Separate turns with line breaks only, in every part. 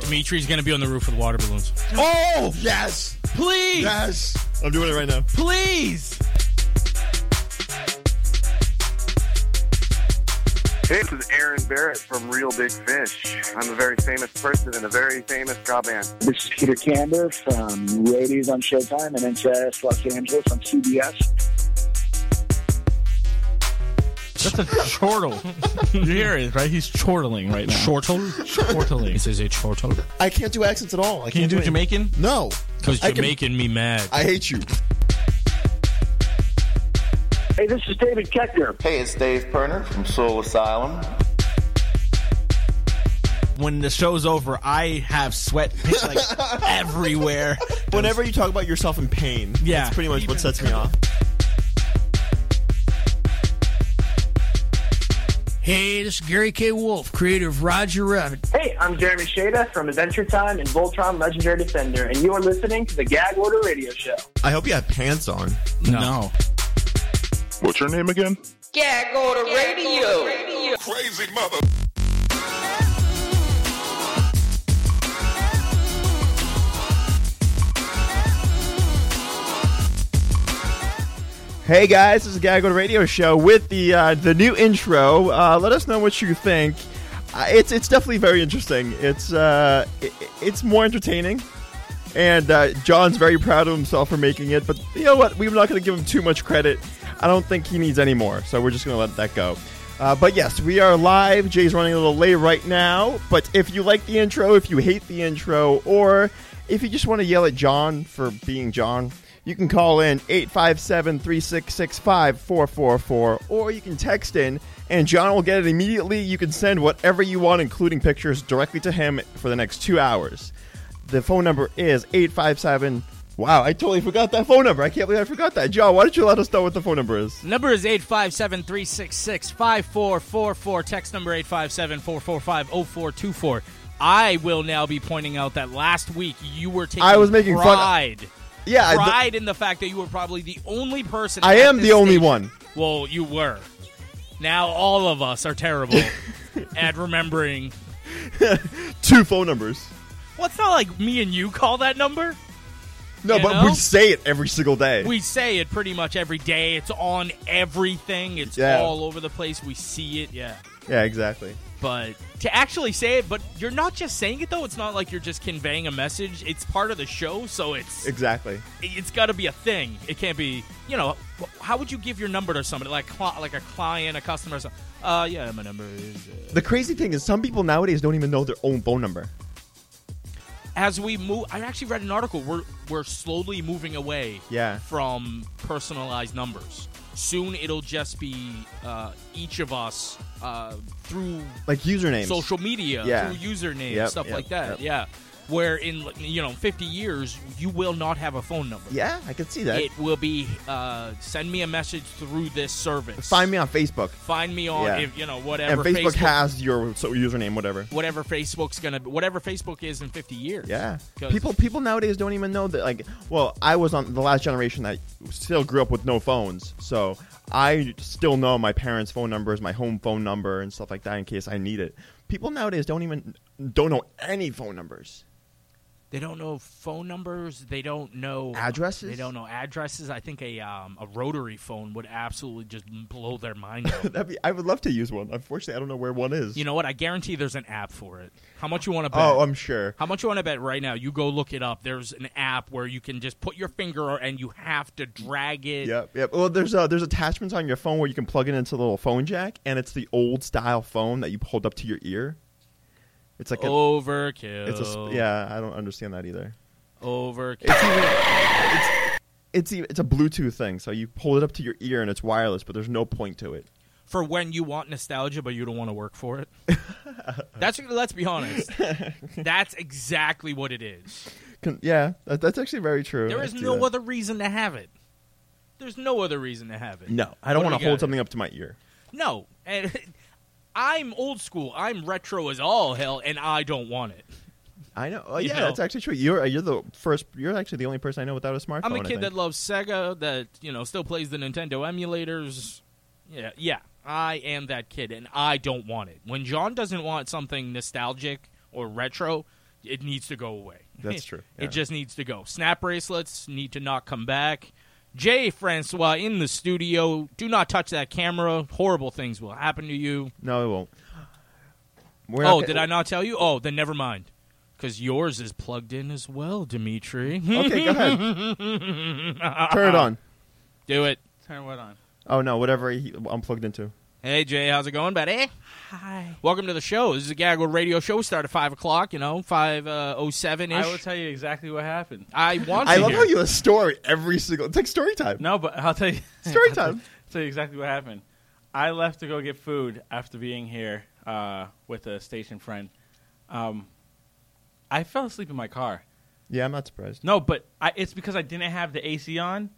Dimitri's going to be on the roof with water balloons.
Oh, yes.
Please.
Yes. I'm doing it right now.
Please.
Hey, this is Aaron Barrett from Real Big Fish. I'm a very famous person in a very famous ska band.
This is Peter Camber from Ladies on Showtime and NCIS Los Angeles on CBS.
That's a chortle. you hear it, right? He's chortling right now.
Chortle?
Chortling.
This is a chortle.
I can't do accents at all. I
Can you
can't
do
it.
Jamaican?
No.
Because
I
you're
can-
making me mad.
I hate you.
Hey, this is David Keckner.
Hey, it's Dave Perner from Soul Asylum.
When the show's over, I have sweat pits, like everywhere.
Whenever you talk about yourself in pain,
Yeah.
that's pretty much what sets me off.
Hey, this is Gary K. Wolf, creator of Roger Rabbit.
Hey, I'm Jeremy Shada from Adventure Time and Voltron Legendary Defender, and you are listening to the Gag Order Radio Show.
I hope you have pants on.
No.
What's your name again?
Gag Order Radio.
Crazy mother.
Hey guys, this is Gaggle Radio Show with the uh, the new intro. Uh, let us know what you think. Uh, it's it's definitely very interesting. It's uh, i it's more entertaining, and uh, John's very proud of himself for making it. But you know what? We're not going to give him too much credit. I don't think he needs any more. So we're just going to let that go. Uh, but yes, we are live. Jay's running a little late right now. But if you like the intro, if you hate the intro, or if you just want to yell at John for being John, you can call in 857 366 5444 or you can text in and John will get it immediately. You can send whatever you want, including pictures, directly to him for the next two hours. The phone number is 857. Wow, I totally forgot that phone number. I can't believe I forgot that. John, why don't you let us know what the phone number is?
Number is 857 366 5444. Text number 857 445 0424. I will now be pointing out that last week you were taking
I was making fun-
pride.
Yeah, I-
pride in the fact that you were probably the only person.
I
at
am
this
the only
station-
one.
Well, you were. Now all of us are terrible at remembering.
Two phone numbers.
Well, it's not like me and you call that number.
No,
You
but
know?
we say it every single day.
We say it pretty much every day. It's on everything. It's
Yeah.
all over the place. We see it. Yeah.
yeah, exactly.
but to actually say it but you're not just saying it though it's not like you're just conveying a message it's part of the show so it's
Exactly.
it's got to be a thing it can't be you know wh- how would you give your number to somebody like cli like a client a customer or something uh yeah my number is uh,
The crazy thing is, some people nowadays don't even know their own phone number.
as we move i actually read an article we're we're slowly moving away
Yeah.
from personalized numbers soon it'll just be uh, each of us uh, through
Like usernames.
social media,
Yeah.
through usernames,
Yep,
stuff
yep,
like that.
yep.
Yeah. Where in you know 50 years you will not have a phone number.
Yeah, I can see that.
It will be uh, send me a message through this service.
Find me on Facebook.
Find me on
Yeah.
if you know whatever
And Facebook, has your so username, whatever.
whatever Facebook's gonna whatever Facebook is in 50 years.
Yeah.
'Cause-
People people nowadays don't even know that like well, I was on the last generation that still grew up with no phones. So I still know my parents' phone numbers, my home phone number and stuff like that in case I need it. People nowadays don't even don't know any phone numbers.
They don't know phone numbers. They don't know
Addresses?
They don't know addresses. I think a um, a rotary phone would absolutely just blow their mind. out.
That'd be I would love to use one. Unfortunately, I don't know where one is.
you know what? I guarantee there's an app for it. How much you want to bet?
oh, I'm sure.
How much you want to bet right now? You go look it up. There's an app where you can just put your finger and you have to drag it.
Yep, yep. Well, there's uh, there's attachments on your phone where you can plug it into the little phone jack, and it's the old style phone that you hold up to your ear. It's like a,
Overkill.
it's a sp- yeah. I don't understand that either.
Overkill.
It's e- it's a Bluetooth thing, so you hold it up to your ear and it's wireless, but there's no point to it.
For when you want nostalgia, but you don't want to work for it. That's let's be honest. That's exactly what it is.
Can, yeah, that, that's actually very true.
There
I
is
see
no
that.
other reason to have it. There's no other reason to have it.
No, I
What
don't
do we
want
got
to hold
here?
something up to my ear.
No, and I'm old school. I'm retro as all hell, and I don't want it.
I know. Oh,
You
yeah,
know.
that's actually true. You're you're the first. You're actually the only person I know without a smartphone.
I'm
I
a kid
think.
that loves Sega, that you know still plays the Nintendo emulators. Yeah, yeah, I am that kid, and I don't want it. When John doesn't want something nostalgic or retro, it needs to go away.
That's true, yeah.
It just needs to go. Snap bracelets need to not come back. Jay Francois in the studio. Do not touch that camera. Horrible things will happen to you.
No, it won't. We're
oh,
not-
did I not tell you? Oh, then never mind. Because yours is plugged in as well, Dimitri. Hmm?
Okay, go ahead. Turn it on.
Do it. Turn what on?
Oh no, whatever he, I'm plugged into.
Hey Jay, how's it going, buddy? Hi. Welcome to the show. This is a Gaggle Radio show. We start at five o'clock. You know, five oh seven ish.
I will tell you exactly what happened.
I want. To
I love
hear.
how you have story every single. It's like story time.
No, but I'll tell you.
Story
I'll
time.
tell you exactly what happened. I left to go get food after being here uh, with a station friend. Um, I fell asleep in my car.
Yeah, I'm not surprised.
No, but I, it's because I didn't have the AC on.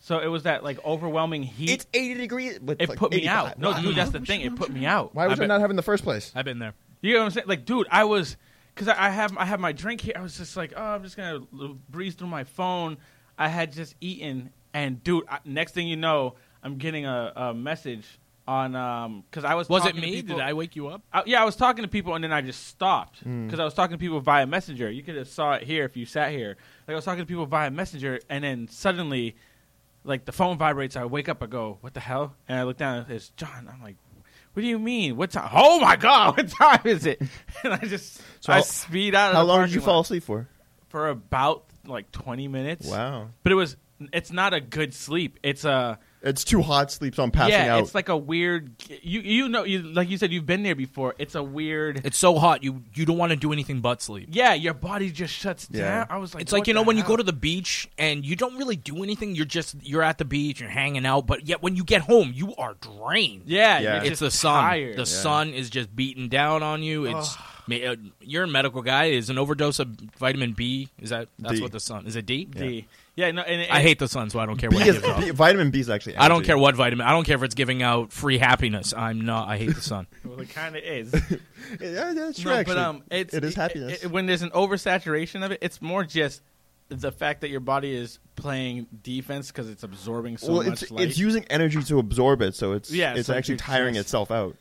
So it was that like overwhelming heat.
It's 80 degrees. With
it
like
put me
85.
out. No, dude, that's the thing. It put me out.
Why was
I
it
bet-
not having the first place?
I've been there.
You know what I'm saying? Like, dude, I was because I, I have I have my drink here. I was just like, oh, I'm just gonna l- breeze through my phone. I had just eaten, and dude, I, next thing you know, I'm getting a, a message on um because I was
Was it
talking to
me?
people-
Did I wake you up?
I- yeah, I was talking to people and then I just stopped
Mm.
because I was talking to people via messenger. You could have saw it here if you sat here. Like I was talking to people via messenger and then suddenly, like the phone vibrates. I wake up. I go, "What the hell?" And I look down. and It's John. I'm like, "What do you mean? What time? Oh my god! What time is it?" And I just
So
I
how-
speed out. Of
How
the
long did you
parking
fall
lot
asleep for?
for? About like 20 minutes.
Wow.
But it was. It's not a good sleep. It's a
It's too hot sleep, so I'm passing
yeah.
out.
It's like a weird. You you know you like you said you've been there before. It's a weird.
It's so hot. You you don't want to do anything but sleep.
Yeah, your body just shuts
Yeah.
down. I was like,
It's like
what
you know
the
when you
hell?
go to the beach and you don't really do anything. You're just you're at the beach, you're hanging out, but yet when you get home, you are drained.
yeah,
Yeah.
you're
it's
just
the sun.
tired.
The sun is just beating down on you. It's ma- uh, you're a medical guy. Is an overdose of vitamin B? Is that that's
D.
what the sun is? It D?
D. Yeah, no, and,
I hate the sun, so I don't care
B
what. it
is,
gives off.
B- vitamin B is actually.
I don't
energy.
care what vitamin. I don't care if it's giving out free happiness. I'm not. I hate the sun.
Well, it kind of is.
Yeah, that's true.
no,
actually.
but um, it's
it is
it-
happiness.
it- when there's an oversaturation of it, it's more just the fact that your body is playing defense because it's absorbing so
well,
much
it's,
light.
it's using energy to absorb it, so it's
Yeah,
it's
so
actually
it's
tiring
just-
itself out.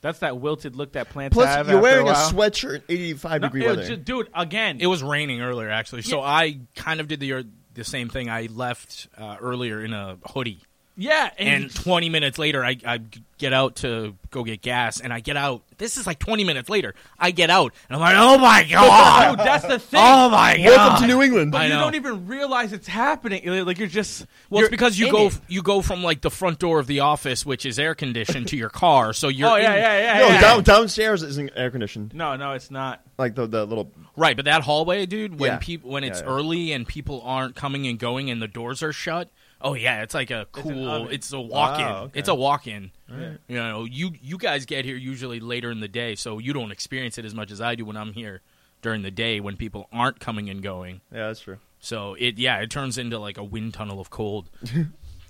That's that wilted look that plants
Plus,
have.
you're
after
wearing a,
while.
sweatshirt in 85
No,
degree
it was
weather.
just- dude, again,
It was raining earlier, actually, so
Yeah.
I kind of did the the same thing. I left uh, earlier in a hoodie,
yeah, and,
and 20 minutes later, I, I get out to go get gas, and I get out. This is like 20 minutes later. I get out, and I'm like, oh my god,
dude, that's the thing.
oh my god.
Welcome to New England.
I
you
know.
don't even realize it's happening. Like you're just
Well,
you're
it's because you
in
go
it.
you go from like the front door of the office, which is air conditioned, to your car. So you're
Oh yeah,
in-
yeah, yeah.
no,
yeah.
down, downstairs isn't air conditioned.
No, no, it's not.
Like the the little
Right, but that hallway, dude, when
Yeah.
people when it's
Yeah, yeah.
early and people aren't coming and going and the doors are shut, oh yeah, it's like a cool
oven.
it's, a walk in.
Wow, okay.
It's a walk in. You know, you you guys get here usually later in the day, so you don't experience it as much as I do when I'm here during the day when people aren't coming and going.
yeah, that's true.
So it yeah, it turns into like a wind tunnel of cold.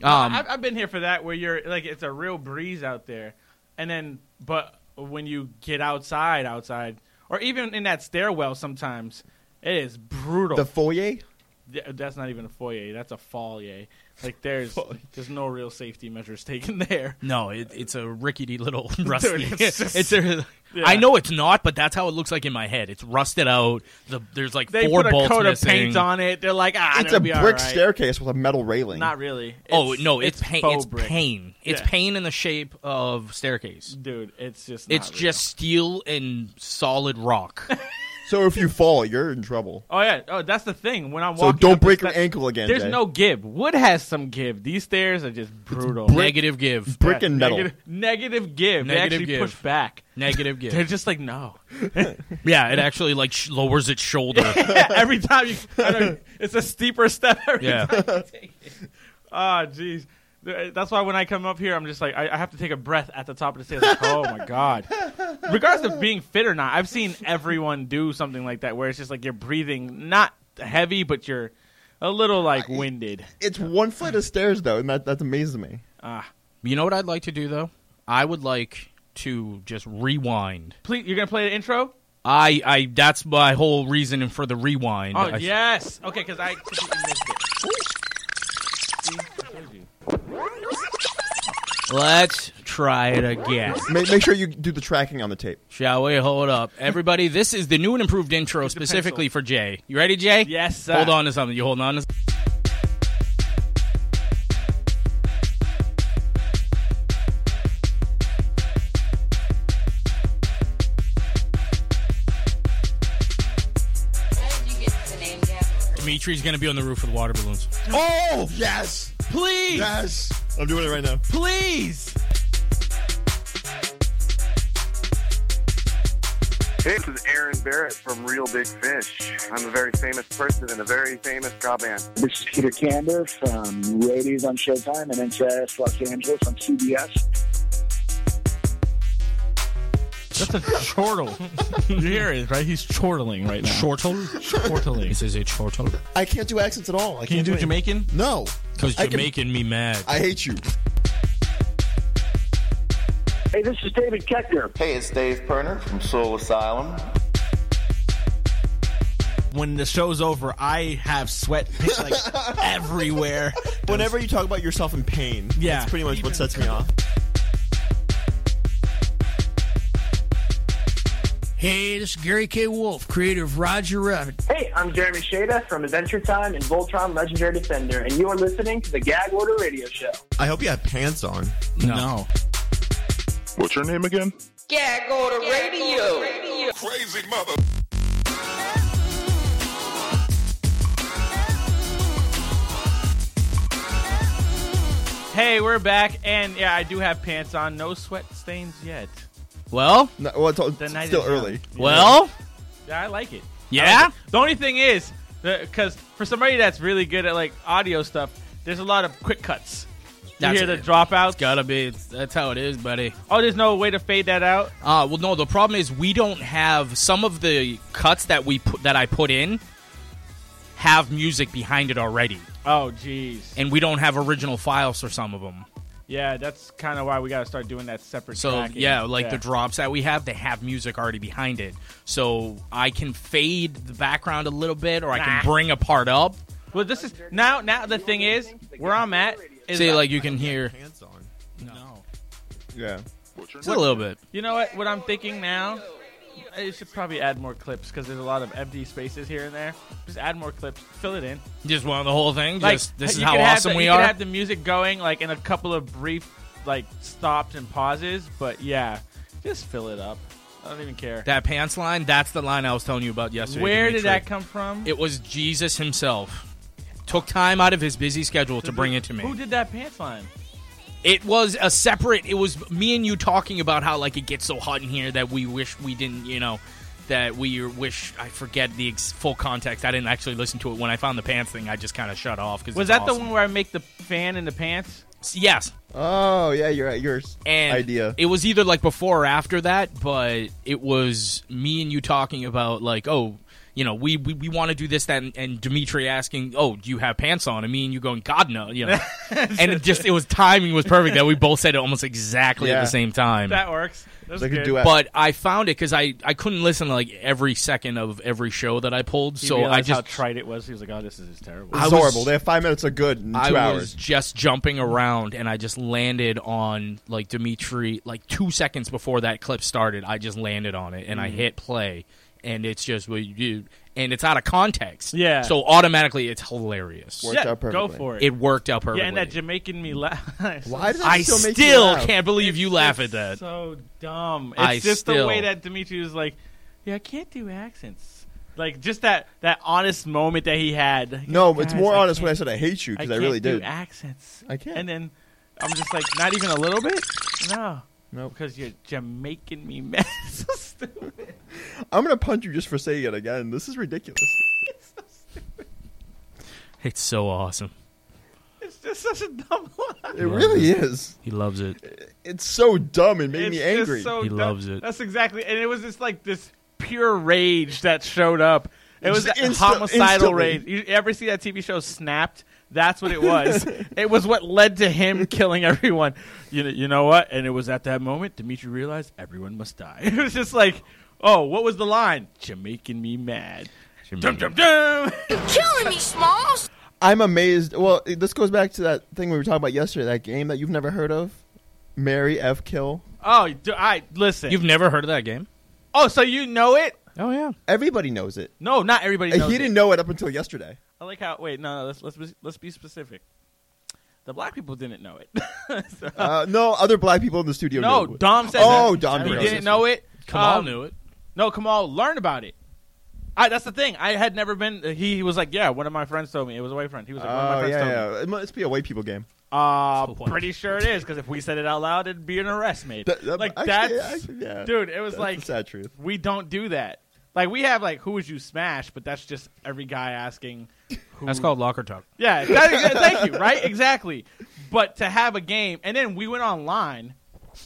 I've,
um
I've been here for that where you're like it's a real breeze out there, and then but when you get outside, outside, or even in that stairwell, sometimes it is brutal.
The foyer.
Th- that's not even a foyer. That's a foyer. Like there's there's no real safety measures taken there.
no, it, it's a rickety little rusty.
Dude, it's
it's
just-
a,
Yeah.
I know it's not, but that's how it looks like in my head. It's rusted out. The, there's like
They
four
put a
bolts
coat
missing.
of paint on it. They're like, ah,
it's
it'll
a
be
brick
all right.
staircase with a metal railing.
Not really.
Oh no, it's, pain.
faux
It's
brick.
pain. It's
Yeah.
pain in the shape of staircase.
dude. It's just.
It's
not real.
just steel and solid rock.
so if you fall, you're in trouble.
Oh yeah. Oh, that's the thing. When I'm
So
walking,
don't
up the
break your
ste-
ankle again.
There's
Jay.
no give. Wood has some give. These stairs are just brutal.
Negative give.
brick
Yeah,
and metal.
Negative, negative
Negative
give. they actually
give.
push back.
Negative
They're
give.
just like no.
Yeah, it actually like sh- lowers its shoulder.
every time you, I know, it's a steeper step every
Yeah.
time you take it. Ah, jeez. Th- That's why when I come up here, I'm just like I, I have to take a breath at the top of the stairs. Like, oh my god! Regardless of being fit or not, I've seen everyone do something like that, where it's just like you're breathing not heavy, but you're a little like winded.
It's one flight of stairs though, and that that amazes me.
you know what I'd like to do though? I would like to just rewind.
Please, you're gonna play the intro.
I I that's my whole reason for the rewind.
Oh
I-
yes. Okay, because I completely missed it.
Let's try it again.
Make, make sure you do the tracking on the tape.
Shall we hold up? Everybody, this is the new and improved intro specifically for Jay. You ready, Jay? Yes,
sir.
Hold on to something. You holding on to Dimitri's going to be on the roof with water balloons.
Oh yes,
please.
Yes, I'm doing it right now.
Please.
Hey, this is Aaron Barrett from Real Big Fish. I'm a very famous person in a very famous ska band.
This is Peter Kander from Ladies on Showtime and NCIS Los Angeles on CBS.
That's a chortle. you hear it, right? He's chortling right now.
Chortle?
Chortling.
This is a chortle.
I can't do accents at all. I
Can you
can't
do
it.
Jamaican?
No,
Because
I
you're
can-
making me mad.
I hate you.
Hey, this is David Keckner.
Hey, it's Dave Perner from Soul Asylum.
When the show's over, I have sweat pits, like everywhere.
Whenever you talk about yourself in pain,
Yeah.
that's pretty much what sets me off.
Hey, this is Gary K. Wolf, creator of Roger Rabbit.
Hey, I'm Jeremy Shada from Adventure Time and Voltron Legendary Defender, and you are listening to the Gag Order Radio Show.
I hope you have pants on.
No.
What's your name again?
Gag Order Radio.
Crazy mother.
Hey, we're back, and yeah, I do have pants on. No sweat stains yet.
Well,
No, well, it's, all-
The
it's
night
still
is
early.
well,
Yeah, I like it. I
yeah.
like it. The only thing is, because for somebody that's really good at like audio stuff, there's a lot of quick cuts. You
That's
hear the
it.
dropouts.
Gotta be. It's- That's how it is, buddy.
Oh, there's no way to fade that out.
Uh, well, no. The problem is we don't have some of the cuts that we put that I put in have music behind it already,
Oh, jeez.
and we don't have original files for some of them.
Yeah, that's kind of why we got to start doing that separate.
So
tracking.
yeah, like the drops that we have, they have music already behind it. So I can fade the background a little bit, or I can
Nah.
bring a part up.
Well, this is now. Now the thing is, where I'm at is
See,
I-
like you can hear
Pants on.
no.
Yeah.
What's your
just a little bit.
You know what? What I'm thinking now, I should probably add more clips because there's a lot of empty spaces here and there. Just add more clips, fill it in.
Just want the whole thing.
Like
just this is
you
how
could have
awesome
the,
we
you
are.
Could have the music going like in a couple of brief like stops and pauses, but yeah, just fill it up. I don't even care.
that pants line, that's the line I was telling you about yesterday.
Where did
Dimitri.
that come from?
It was Jesus himself. Took time out of his busy schedule to bring it to
Who
me.
did that pants line?
It was a separate. It was me and you talking about how like it gets so hot in here that we wish we didn't. You know, that we wish I forget the ex- full context. I didn't actually listen to it when I found the pants thing. I just kind of shut off because
Was that the one where I make the fan in the pants?
Yes,
Oh yeah, you're right. Yours.
and
idea.
It was either like before or after that, but it was me and you talking about like, oh, you know, we we, we want to do this, that, and, and Dimitri asking, oh, do you have pants on? And me and you going, God no, you know. and it just it was timing was perfect that we both said it almost exactly at
Yeah.
the same time.
That works. That's
like
good.
a duet.
but I found it because I, I couldn't listen to like every second of every show that I pulled,
He
so I
realized
just
how trite it was. He was like, "Oh, this is terrible."
it's
I was-
horrible. They have five minutes of good in two
I was
hours.
just jumping around and I just landed on like Dimitri like two seconds before that clip started. I just landed on it and I hit play and it's just what you do and it's out of context.
Yeah.
So automatically it's hilarious.
Worked
yeah,
out
go
perfectly.
for it.
It worked out perfectly.
yeah, and that Jamaican me laugh.
Why does that
I
still
still,
make you laugh?
can't believe you laugh at
It's
that.
So dumb. It's
I
just the
still-
way that Dimitri was like, "Yeah, I can't do accents." Like just that that honest moment that he had.
No, it's
Guys,
more
I
honest when I
can't-
said I hate you because I,
can't
really
do
did.
accents.
I can't.
And then I'm just like, not even a little bit. No,
Nope.
because you're Jamaican me mad. so stupid.
I'm gonna punch you just for saying it again. This is ridiculous.
It's so awesome.
It's just such a dumb line.
It really is.
He loves it.
It's so dumb and made me
It's just
angry.
so
He
dumb.
loves it.
That's exactly, and it was just like this pure rage that showed up. It was
Just
that
insta-
homicidal
instantly.
rage. You ever see that TV show Snapped? That's what it was. it was what led to him killing everyone. You know, you know what? And it was at that moment Dimitri realized everyone must die. It was just like, oh, what was the line? Jamaican me mad. Dum dum dum.
Killing me, Smalls.
I'm amazed. Well, it- this goes back to that thing we were talking about yesterday. That game that you've never heard of. Mary F. Kill.
Oh, do I listen.
You've never heard of that game?
Oh, so you know it?
Oh yeah.
Everybody knows it.
No, not everybody.
And
Knows
Uh, he
it.
didn't know it up until yesterday.
I like how. Wait, no, no let's let's be- let's be specific. The black people didn't know it. So-
Uh, no, other black people in the studio.
no,
knew.
Dom said.
Oh,
that.
Dom
he
knows
didn't
it.
know it. Um,
Kamal knew it.
No, Kamal learned about it. I, that's the thing. I had never been. He, he was like, yeah, one of my friends told me. It was a white friend. He was like, one of my
Oh
friends told me.
yeah, yeah. It must be a white people game.
Uh, pretty sure it is because if we said it out loud, it'd be an arrest made.
That- that-
like
actually,
that's,
actually, yeah.
dude. It was
That's the
like
sad truth.
We don't do that. Like we have like who would you smash, but that's just every guy asking. Who...
That's called locker talk.
Yeah, that- yeah, thank you. Right, exactly. But to have a game, and then we went online,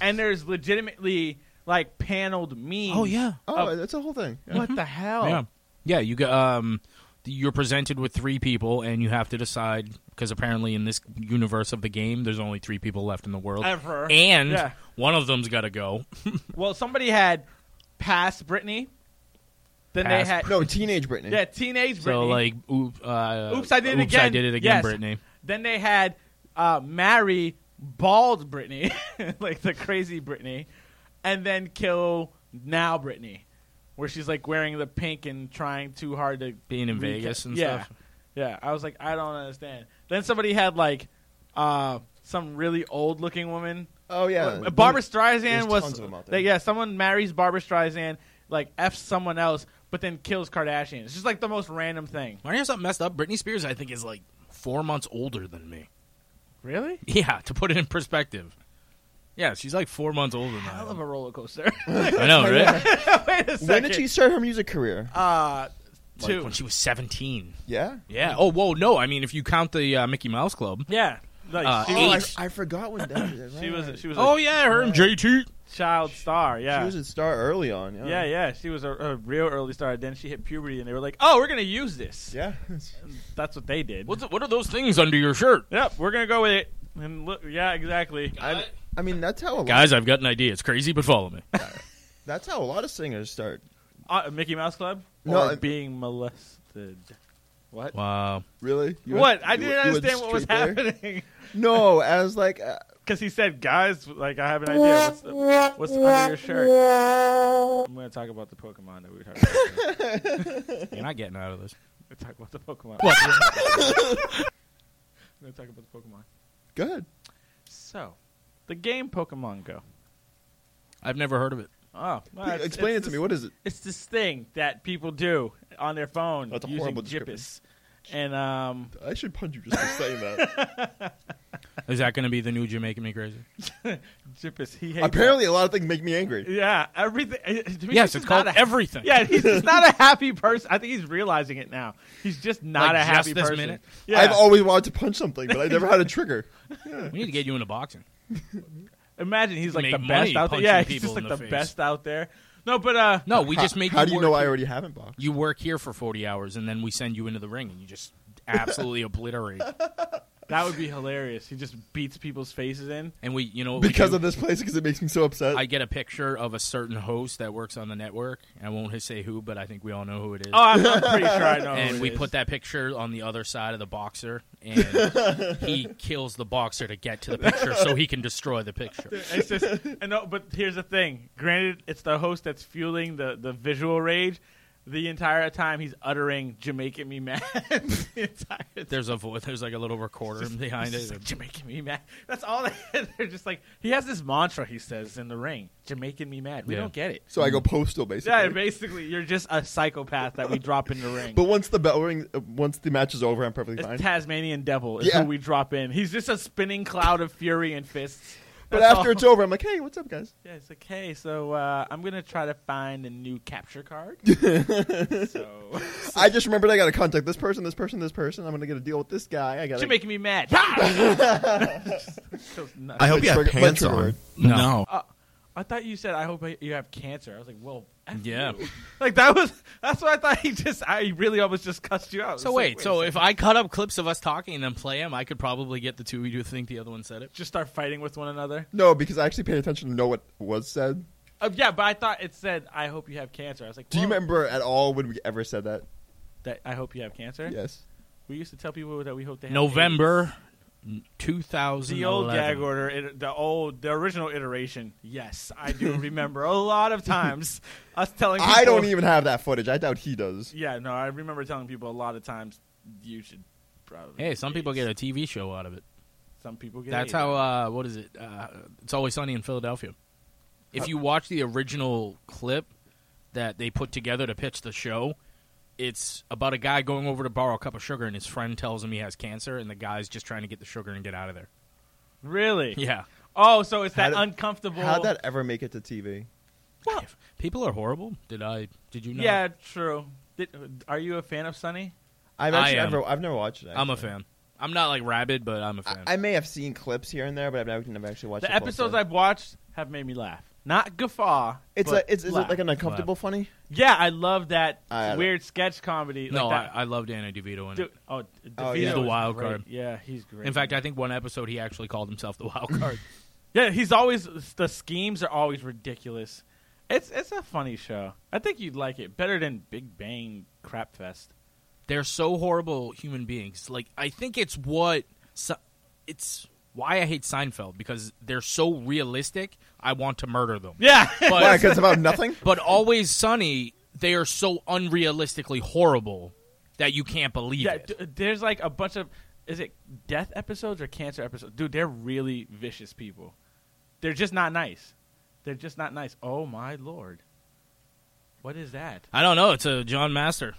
and there's legitimately like paneled memes.
Oh, yeah. Mm-hmm.
Oh,
of-
that's a whole thing. Yeah.
what the hell?
Yeah. Yeah, you go um you're presented with three people and you have to decide because apparently in this universe of the game there's only three people left in the world.
Ever.
And
Yeah.
one of them's got to go.
Well, somebody had past Britney. Then
Past
they had
No, teenage Britney.
yeah teenage Britney.
So like oop, uh,
Oops, I did it
oops,
again.
I did it again,
Yes.
Brittany.
Then they had uh, marry bald Britney, like the crazy Britney, and then kill now Britney, where she's like wearing the pink and trying too hard to
Being in
reca-
Vegas and
yeah.
stuff.
Yeah, I was like, I don't understand. Then somebody had like uh, some really old looking woman.
Oh yeah.
Barbara
There's
Streisand was
tons of them out there.
like, yeah, someone marries Barbara Streisand, like f someone else, but then kills Kardashian. It's just like the most random thing.
My hair's not messed up. Britney Spears I think is like 4 months older than me.
Really?
Yeah, to put it in perspective. Yeah, she's like 4 months older than
I
I
love
am.
a roller coaster.
I know, right?
Wait a second.
When did she start her music career?
Uh,
Like,
two.
when she was 17.
yeah.
Yeah. Oh, whoa, no. I mean, if you count the uh, Mickey Mouse Club.
yeah. Like,
Uh,
she,
Oh, I,
Eight.
I forgot when that was.
she was. She was.
Oh
a
yeah, her and JT.
child star. Yeah.
She was a star early on.
yeah, yeah. She was a, a real early star. Then she hit puberty, and they were like, "Oh, we're gonna use this."
Yeah.
That's what they did.
What's, what are those things under your shirt?
Yep, we're gonna go with it. And look, yeah, exactly.
I, I mean, that's how a lot,
Guys, I've got an idea. It's crazy, but follow me.
that's how a lot of singers start.
Uh, Mickey Mouse Club
No,
or
I-
being molested. What?
Wow.
Really? You went-
What? I
you
didn't
went- you went
understand what was
straight there?
happening
No, as like uh,
because he said, "Guys, like I have an idea. What's, the, what's under your shirt?" I'm gonna talk about the Pokemon that we were talking about. earlier.
You're not getting out of this.
We're talking about the Pokemon. We're gonna talk about the Pokemon.
good.
So, the game Pokemon Go.
I've never heard of it.
Oh, well, it's-
Explain
it's
it to me.
this-
What is it?
It's this thing that people do on their phone
That's a
using
horrible
Jippus. And um,
I should punch you just for saying that.
Is that going to be the new Jamaican Me Crazy?
Jippus, he hates
Apparently, a lot of things make me
that.
angry.
Yeah, everything. uh, Demetrius
yes,
is
it's called
not a-
everything.
Yeah, he's just not a happy person. I think he's realizing it now. He's just
Like,
not a
just
happy
this
person.
minute?
Yeah.
I've always wanted to punch something, but I never had a trigger.
We need to get you into boxing.
Imagine he's like
Make
the
money
best out there.
punching
Yeah,
people
he's just
in
like
the
the,
face.
best out there. No, but uh,
No, we just make.
How do you
work,
know I already haven't boxed?
You work here for forty hours, and then we send you into the ring, and you just absolutely obliterate.
that would be hilarious. He just beats people's faces in.
And we, Oh, you know, what we
Because
do?
of this place, because it makes me so upset.
I get a picture of a certain host that works on the network. I won't say who, but I think we all know who it is.
Oh, I'm, I'm pretty sure I know.
and we put that picture on the other side of the boxer, and he kills the boxer to get to the picture so he can destroy the picture.
It's just, I know, but here's the thing. Granted, it's the host that's fueling the, the visual rage. The entire time he's uttering "Jamaican me mad." the entire time.
There's a vo- there's like a little recorder behind
It's
it.
like, Jamaican me mad. That's all. They, they're just like he has this mantra he says in the ring. Jamaican me mad. We
Yeah.
don't get it.
so I go postal, basically.
Yeah, basically, you're just a psychopath that we drop in the ring.
but once the bell ring, uh, once the match is over, I'm perfectly
it's
fine.
Tasmanian Devil is
Yeah.
who we drop in. He's just a spinning cloud of fury and fists.
but
That's
after
all.
it's over, I'm like, hey, what's up, guys?
Yeah, it's like, hey, so uh, I'm gonna try to find a new capture card. so
I just remembered I got to contact this person, this person, this person. I'm going to get a deal with this guy. I got
you're
to.
making me mad. So nuts.
I hope you have
Trigger-
pants
trigger
on.
word.
No.
I thought you said I hope I- you have cancer. I was like, well, F
Yeah.
you." like that was that's what I thought. He just I really almost just cussed you out.
So
It's like,
wait, so
a
if
second.
I cut up clips of us talking and then play them, I could probably get the two of you to think the other one said it.
just start fighting with one another,
No, because I actually paid attention to know what was said.
uh, yeah, but I thought it said I hope you have cancer. I was like,
Do you
"Whoa,
remember at all when we ever said that?
that? I hope you have cancer.
Yes.
We used to tell people that we hope they have
November 2011.
The old gag order, it, the old, the original iteration. Yes, I do remember a lot of times us telling. People,
I don't e-, even have that footage. I doubt he does.
Yeah, no, I remember telling people a lot of times you should probably.
Hey, some people get a TV show out of it.
Some people get.
That's
eight.
how. Uh, what is it? Uh, it's always sunny in Philadelphia. If you watch the original clip that they put together to pitch the show, it's about a guy going over to borrow a cup of sugar, and his friend tells him he has cancer, and the guy's just trying to get the sugar and get out of there.
Really?
Yeah.
Oh, so it's
How
that
did-
uncomfortable.
How'd that ever make it to TV?
People are horrible. Did I? Did you know?
Yeah, true. Did, are you a fan of Sunny?
I've
I
actually
am.
never, I've never watched it.
I'm a
actually.
fan. I'm not like rabid, but I'm a fan.
I may have seen clips here and there, but I've never, never actually watched
The episodes I've watched have made me laugh. Not guffaw.
It's a-
but
it's- is it
laugh.
like an uncomfortable funny?
Yeah, I love that
I-
weird sketch comedy.
no,
like that.
I, I loved Anna DeVito in
Dude,
it.
oh,
Oh,
DeVito
he's the
is
wild
great.
card.
Yeah, he's great.
In fact, I think one episode he actually called himself the wild card.
yeah, he's always the schemes are always ridiculous. It's it's a funny show. I think you'd like it better than Big Bang Crap Fest.
They're so horrible human beings. Like I think it's what Se- it's why I hate Seinfeld because they're so realistic. I want to murder them.
Yeah. Why, 'cause it's about
nothing.
But always sunny. They are so unrealistically horrible that you can't believe
Yeah,
it.
d- there's like a bunch of is it death episodes or cancer episodes? Dude, they're really vicious people. They're just not nice. They're just not nice. Oh my lord. What is that?
I don't know. It's a John Master.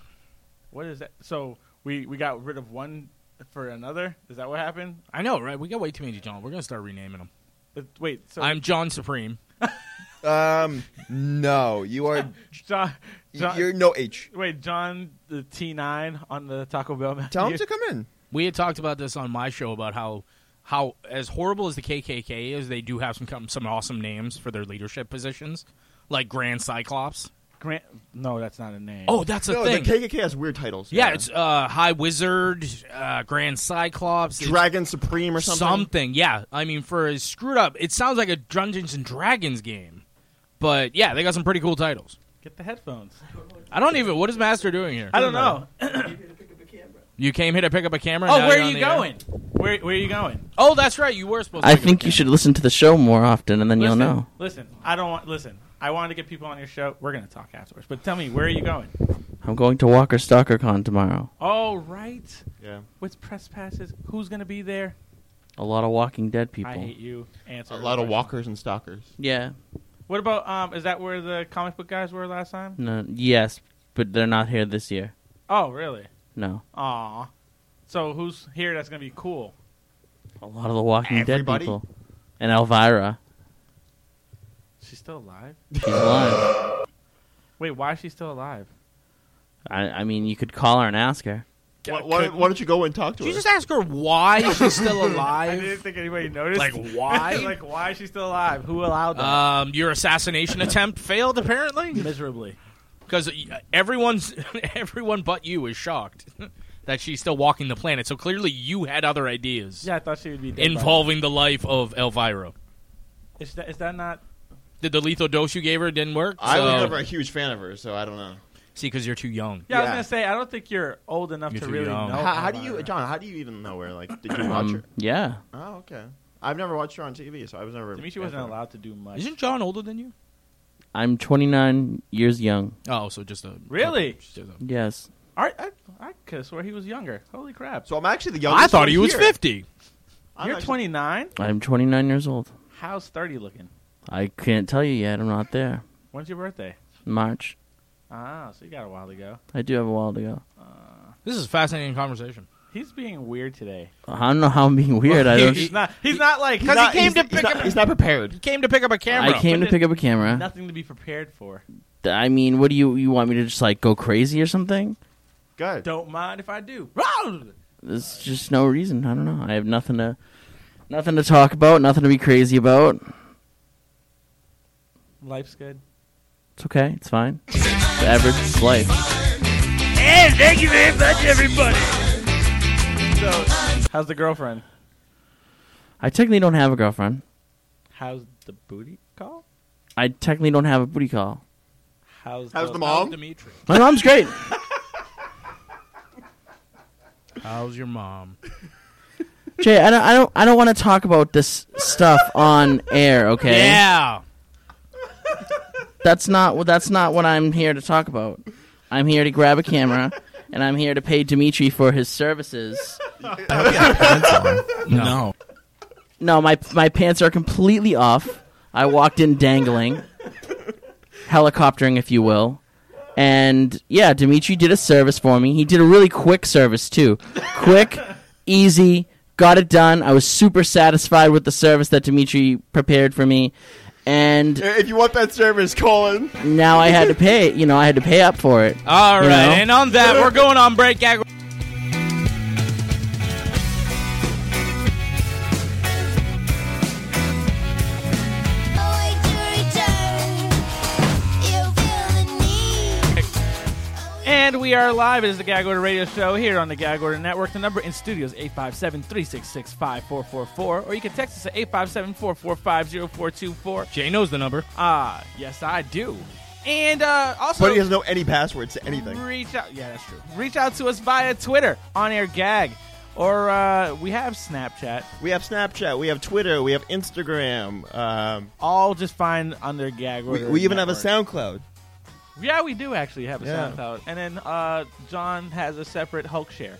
What is that? So we we got rid of one for another? Is that what happened?
I know, right? We got way too many John. We're gonna start renaming them.
Uh, Wait, so
I'm John Supreme.
Um, no, you are.
John, John-
You're no H.
Wait, John the T nine on the Taco Bell menu.
Tell him to come in.
We had talked about this on my show about how how as horrible as the KKK is, they do have some com- some awesome names for their leadership positions, like Grand Cyclops.
Grant. No, that's not a name.
Oh, that's a
no,
thing.
The KKK has weird titles.
yeah, it's uh, High Wizard, uh, Grand Cyclops, it's
Dragon Supreme or something.
something. Yeah, I mean, for as screwed up, it sounds like a Dungeons and Dragons game, but yeah, they got some pretty cool titles.
Get the headphones.
I don't even. What is Master doing here?
I don't know.
You came here to pick up a camera.
Oh,
now
where
you're
are
on
you
the air?
going? Where Where are you going?
Oh, that's right. You were supposed. to
I
pick up a
think you
camera.
should listen to the show more often, and then you'll know.
Listen, I don't want. Listen, I wanted to get people on your show. We're gonna talk afterwards. But tell me, where are you going?
I'm going to Walker Stalker Con tomorrow.
All right.
Yeah.
With press passes, who's gonna be there?
A lot of Walking Dead
I
people.
hate you. Answer
A
the
lot of
question.
walkers and stalkers.
Yeah.
What about um? Is that where the comic book guys were last time?
No. Uh, Yes, but they're not here this year.
Oh, really?
No.
Aw. So who's here? That's gonna be cool.
A lot of the Walking Dead
Everybody?
people. And Elvira.
She's still alive.
She's alive.
Wait, why is she still alive?
I, I mean, you could call her and ask her.
Why, why, why don't you go and talk to
Did you
her?
just ask her why she's still
I
alive?
didn't think anybody noticed.
Like, why?
like why is she still alive? Who allowed
Uh,
that?
Um, your assassination attempt failed apparently
Miserably.
because everyone's everyone but you is shocked that she's still walking the planet. So clearly, you had other ideas
Yeah, I thought she would be dead by
involving the life of Elvira.
now. Is that is that not?
Did the lethal dose you gave her didn't work?
I
so,
was never a huge fan of her, so I don't know.
see because you're too young.
Yeah, I was gonna say I don't think you're old enough
You're
to
too
really
young.
know.
how, how
about
do you,
her.
John? How do you even know her? Like, did you watch
Um,
her?
yeah.
Oh, okay. I've never watched her on TV, so I was never.
Dimitri wasn't allowed to do much.
Isn't John older than you?
I'm 29 years young.
Oh, so just a
Really?
just a-
Yes.
I I, I could have swore he was younger. Holy crap!
So I'm actually the youngest.
I thought
one
he was
here.
fifty.
I'm
you're
actually-
29.
I'm 29 years old.
How's 30 looking?
I can't tell you yet. I'm not there.
When's your birthday?
March.
Ah, so you got a while to go.
I do have a while to go.
This is a fascinating conversation.
He's being weird today.
I don't know how I'm being weird. I
He's
don't.
not. He's not like
Because
not-
he came to
he's-
pick
He's not,
up.
he's not prepared.
He came to pick up a camera.
I came to
But
pick up a
there's
camera.
Nothing to be prepared for.
I mean, what do you you want me to just like go crazy or something?
Good.
Don't mind if I do. Rawr!
There's just no reason. I don't know. I have nothing to, nothing to talk about. Nothing to be crazy about.
Life's good.
It's okay. It's fine. It's average It's life.
And thank you very much, everybody.
How's the girlfriend?
I technically don't have a girlfriend.
How's the booty call?
I technically don't have a booty call.
How's
How's the mom?
Dimitri.
My mom's great.
How's your mom?
Jay, I don't, I don't, I don't want to talk about this stuff on air. Okay.
Yeah.
That's not what. That's not what I'm here to talk about. I'm here to grab a camera, and I'm here to pay Dimitri for his services.
No.
No, my my pants are completely off. I walked in dangling, helicoptering, if you will. And yeah, Dimitri did a service for me. He did a really quick service too. Quick, easy, got it done. I was super satisfied with the service that Dimitri prepared for me. And
If you want that service, Colin.
now I had to pay, you know, I had to pay up for it.
All right,
you know?
and on that, we're going on break. Gag.
And we are live. It is the Gag Order Radio Show here on the Gag Order Network. The number in studios is 857 366 5444. Or you can text us at 857 445 0424.
Jay knows the number.
Ah, yes, I do. And uh, also.
But he doesn't know any passwords to anything.
Reach out. Yeah, that's true. Reach out to us via Twitter, on air gag. Or uh, we have Snapchat.
We have Snapchat. We have Twitter. We have Instagram. Um,
All just fine under gag
we,
order.
we even have a
Network.
SoundCloud.
Yeah, we do actually have a
Yeah.
SoundCloud. And then uh, John has a separate Hulk share.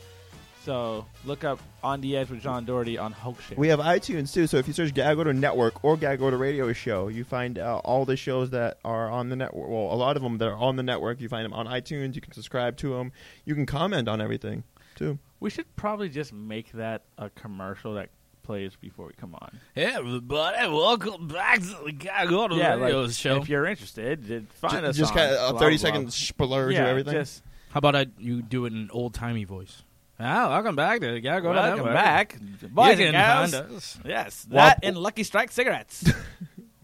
So look up On the Edge with John Doherty on Hulk share.
We have iTunes too. So if you search Gag Order Network or Gag Order Radio Show, you find uh, all the shows that are on the network. Well, a lot of them that are on the network. You find them on iTunes. You can subscribe to them. You can comment on everything too.
We should probably just make that a commercial that plays before we come on.
Hey, everybody, welcome back to the Gag Order
yeah,
Radio
like,
Show.
If you're interested, then
Ju-
find us.
just
on
kinda a
blah,
30
blah.
second splurge of
yeah,
everything.
Just,
How about I, you do it in an old timey voice? Ah, welcome back to the Gag Order
welcome
Network.
back,
You
boys
can
and girls.
find us.
Yes,
Well,
that and Lucky Strike cigarettes.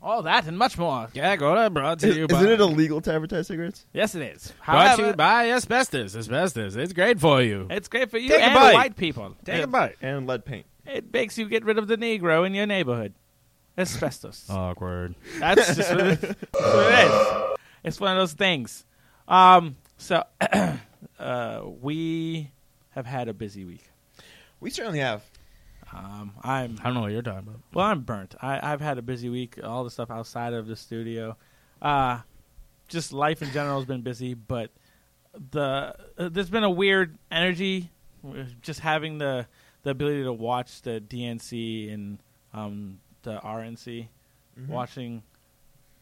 All that and much more.
Gag Order brought to
Is,
you
isn't
by.
it illegal to advertise cigarettes?
Yes, it is.
Brought to
However,
you by asbestos. Asbestos. It's great for you.
it's great for you
Take a
and
bite.
white people.
Take
it,
a bite.
And lead paint.
It makes you get rid of the Negro in your neighborhood. Asbestos.
Oh. Awkward.
That's just what it, that's what it is. It's one of those things. Um, so uh, we have had a busy week.
We certainly have.
Um, I'm
I don't know what you're talking about.
well, I'm burnt. I, I've had a busy week. All the stuff outside of the studio, uh, just life in general has been busy. But the uh, there's been a weird energy, uh, just having the the ability to watch the DNC and um, the RNC, watching. Bits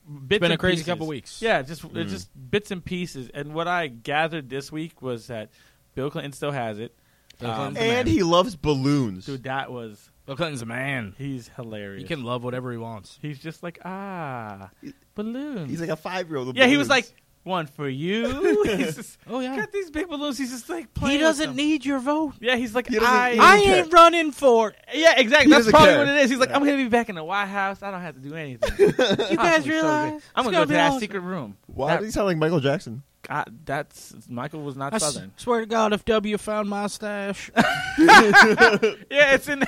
Mm-hmm. been a
and
crazy
pieces.
couple weeks.
Yeah, just
Mm.
it's just bits and pieces. And what I gathered this week was that Bill Clinton still has it.
Bill
Um,
Clinton's a
And
man.
he loves balloons.
dude, that was
Bill Clinton's a man.
he's hilarious.
He can love whatever he wants.
He's just like, ah, balloons.
He's like a five year old.
yeah, he was like, one for you. he's just,
Oh, yeah.
got these big balloons. He's just like playing
He
with
doesn't
them.
need your vote.
Yeah, he's like,
He doesn't-
I,
he doesn't care.
running for.
yeah, exactly.
He
That's
doesn't
probably
care.
what it is. He's like, I'm gonna be back in the White House. I don't have to do anything. you
guys realize
I'm
it's
gonna,
gonna
go
be
to that
awesome.
secret room.
why
that-
does he sound like Michael Jackson?
God, that's Michael was not
I s-
Southern.
swear to God, if W found my stash,
yeah, it's in.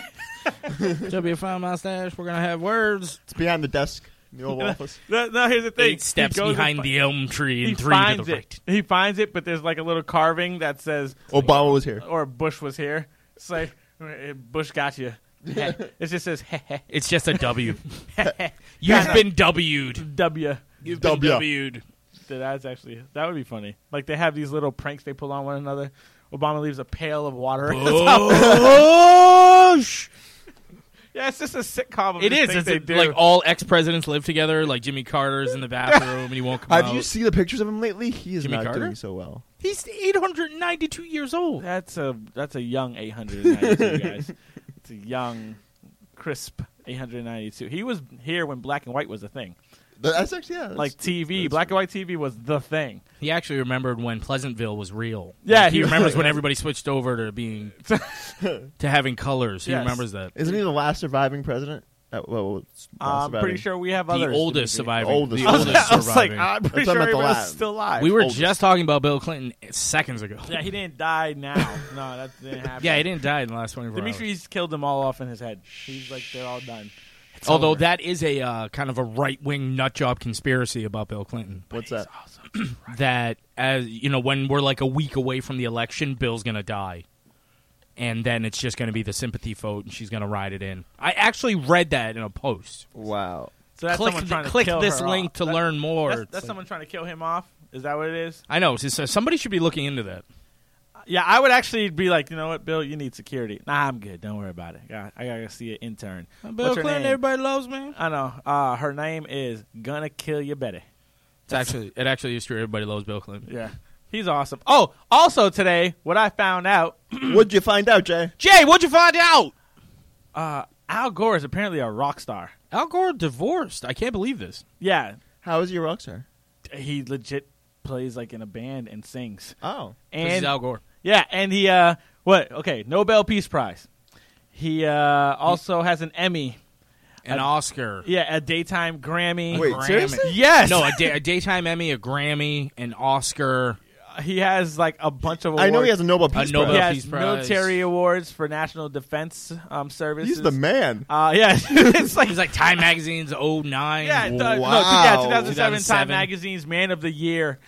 W found my stash, we're gonna have words.
It's behind the desk in the Oval Office.
no, no, here's the thing.
Eight steps
He goes and
behind
fi-
the elm tree
He
and three to
finds
the
it.
right.
He finds it, but there's like a little carving that says
Obama was here.
or Bush was here. It's like eh, Bush got you. it just says heh heh.
It's just a W.
Yeah.
You've been W'd.
W.
You've been
W.
W'd.
That's actually that would be funny. Like they have these little pranks they pull on one another. Obama leaves a pail of water. Oh,
Bush.
yeah, it's just a sitcom. Of
It
just
is.
things
It's
they
a-
do.
like all ex presidents live together. Like Jimmy Carter's in the bathroom and he won't come
Have
out.
you seen the pictures of him lately? He is
Jimmy
not
Carter?
doing so well.
He's 892 years old.
that's a that's a young 892 guys. It's a young, crisp 892. He was here when black and white was a thing.
But That's actually yeah. that's-
Like TV,
that's
black and white TV was the thing.
He actually remembered when Pleasantville was real.
Yeah,
Like, he,
he-
remembers when everybody switched over to being to having colors. He
Yes.
remembers that.
Isn't he the last surviving president? Uh, well, it's last
I'm pretty
surviving.
sure we have
The
others.
oldest
Dimitri.
surviving.
Oldest.
The
I was,
oldest
I was like,
surviving.
I'm
That's
pretty
what I meant,
sure
the
everybody was
last.
still alive.
we were
oldest.
just talking about Bill Clinton seconds ago.
yeah, he didn't die now. No, that didn't happen.
Yeah, he didn't die in the last 24 hours.
Dimitri's killed them all off in his head. He's like, they're all done.
Although that is a uh, kind of a right wing nut job conspiracy about Bill Clinton.
What's that?
That as you know, when we're like a week away from the election, Bill's gonna die. and then it's just going to be the sympathy vote, and she's going to ride it in. I actually read that in a post.
Wow.
So that's
click
someone trying to
click
kill
this
her
link
off.
to
That-
learn more.
That's,
It's
that's
like-
someone trying to kill him off. Is that what it is?
I know. So so somebody should be looking into that.
Yeah, I would actually be like, you know what, Bill, you need security. Nah, I'm good. Don't worry about it. God, I gotta see an intern.
Bill
What's her
Clinton,
name?
everybody loves, man.
I know. Uh, her name is Gonna Kill You Betty.
It's actually it actually is true. Everybody loves Bill Clinton.
Yeah. He's awesome. Oh, also today, what I found out.
what'd you find out, Jay?
Jay, what'd you find out?
Uh, Al Gore is apparently a rock star.
Al Gore divorced. I can't believe this.
Yeah.
How is he a rock star?
He legit plays like in a band and sings.
Oh.
And
This is Al Gore.
Yeah, and he uh what? Okay, Nobel Peace Prize. He uh also has an Emmy.
An
A-
Oscar.
Yeah, a daytime Grammy.
A Grammy.
Yes.
No, a, da- a daytime Emmy, a Grammy, an Oscar.
Uh, He has like a bunch of. Awards.
I know he has a Nobel Peace
A Nobel
He has
Peace Prize.
military awards for national defense um, services.
He's the man.
Uh, yeah, it's like
He's like Time Magazine's 09.
yeah, th- no, yeah,
Wow.
2007, Time
2007.
Magazine's Man of the Year.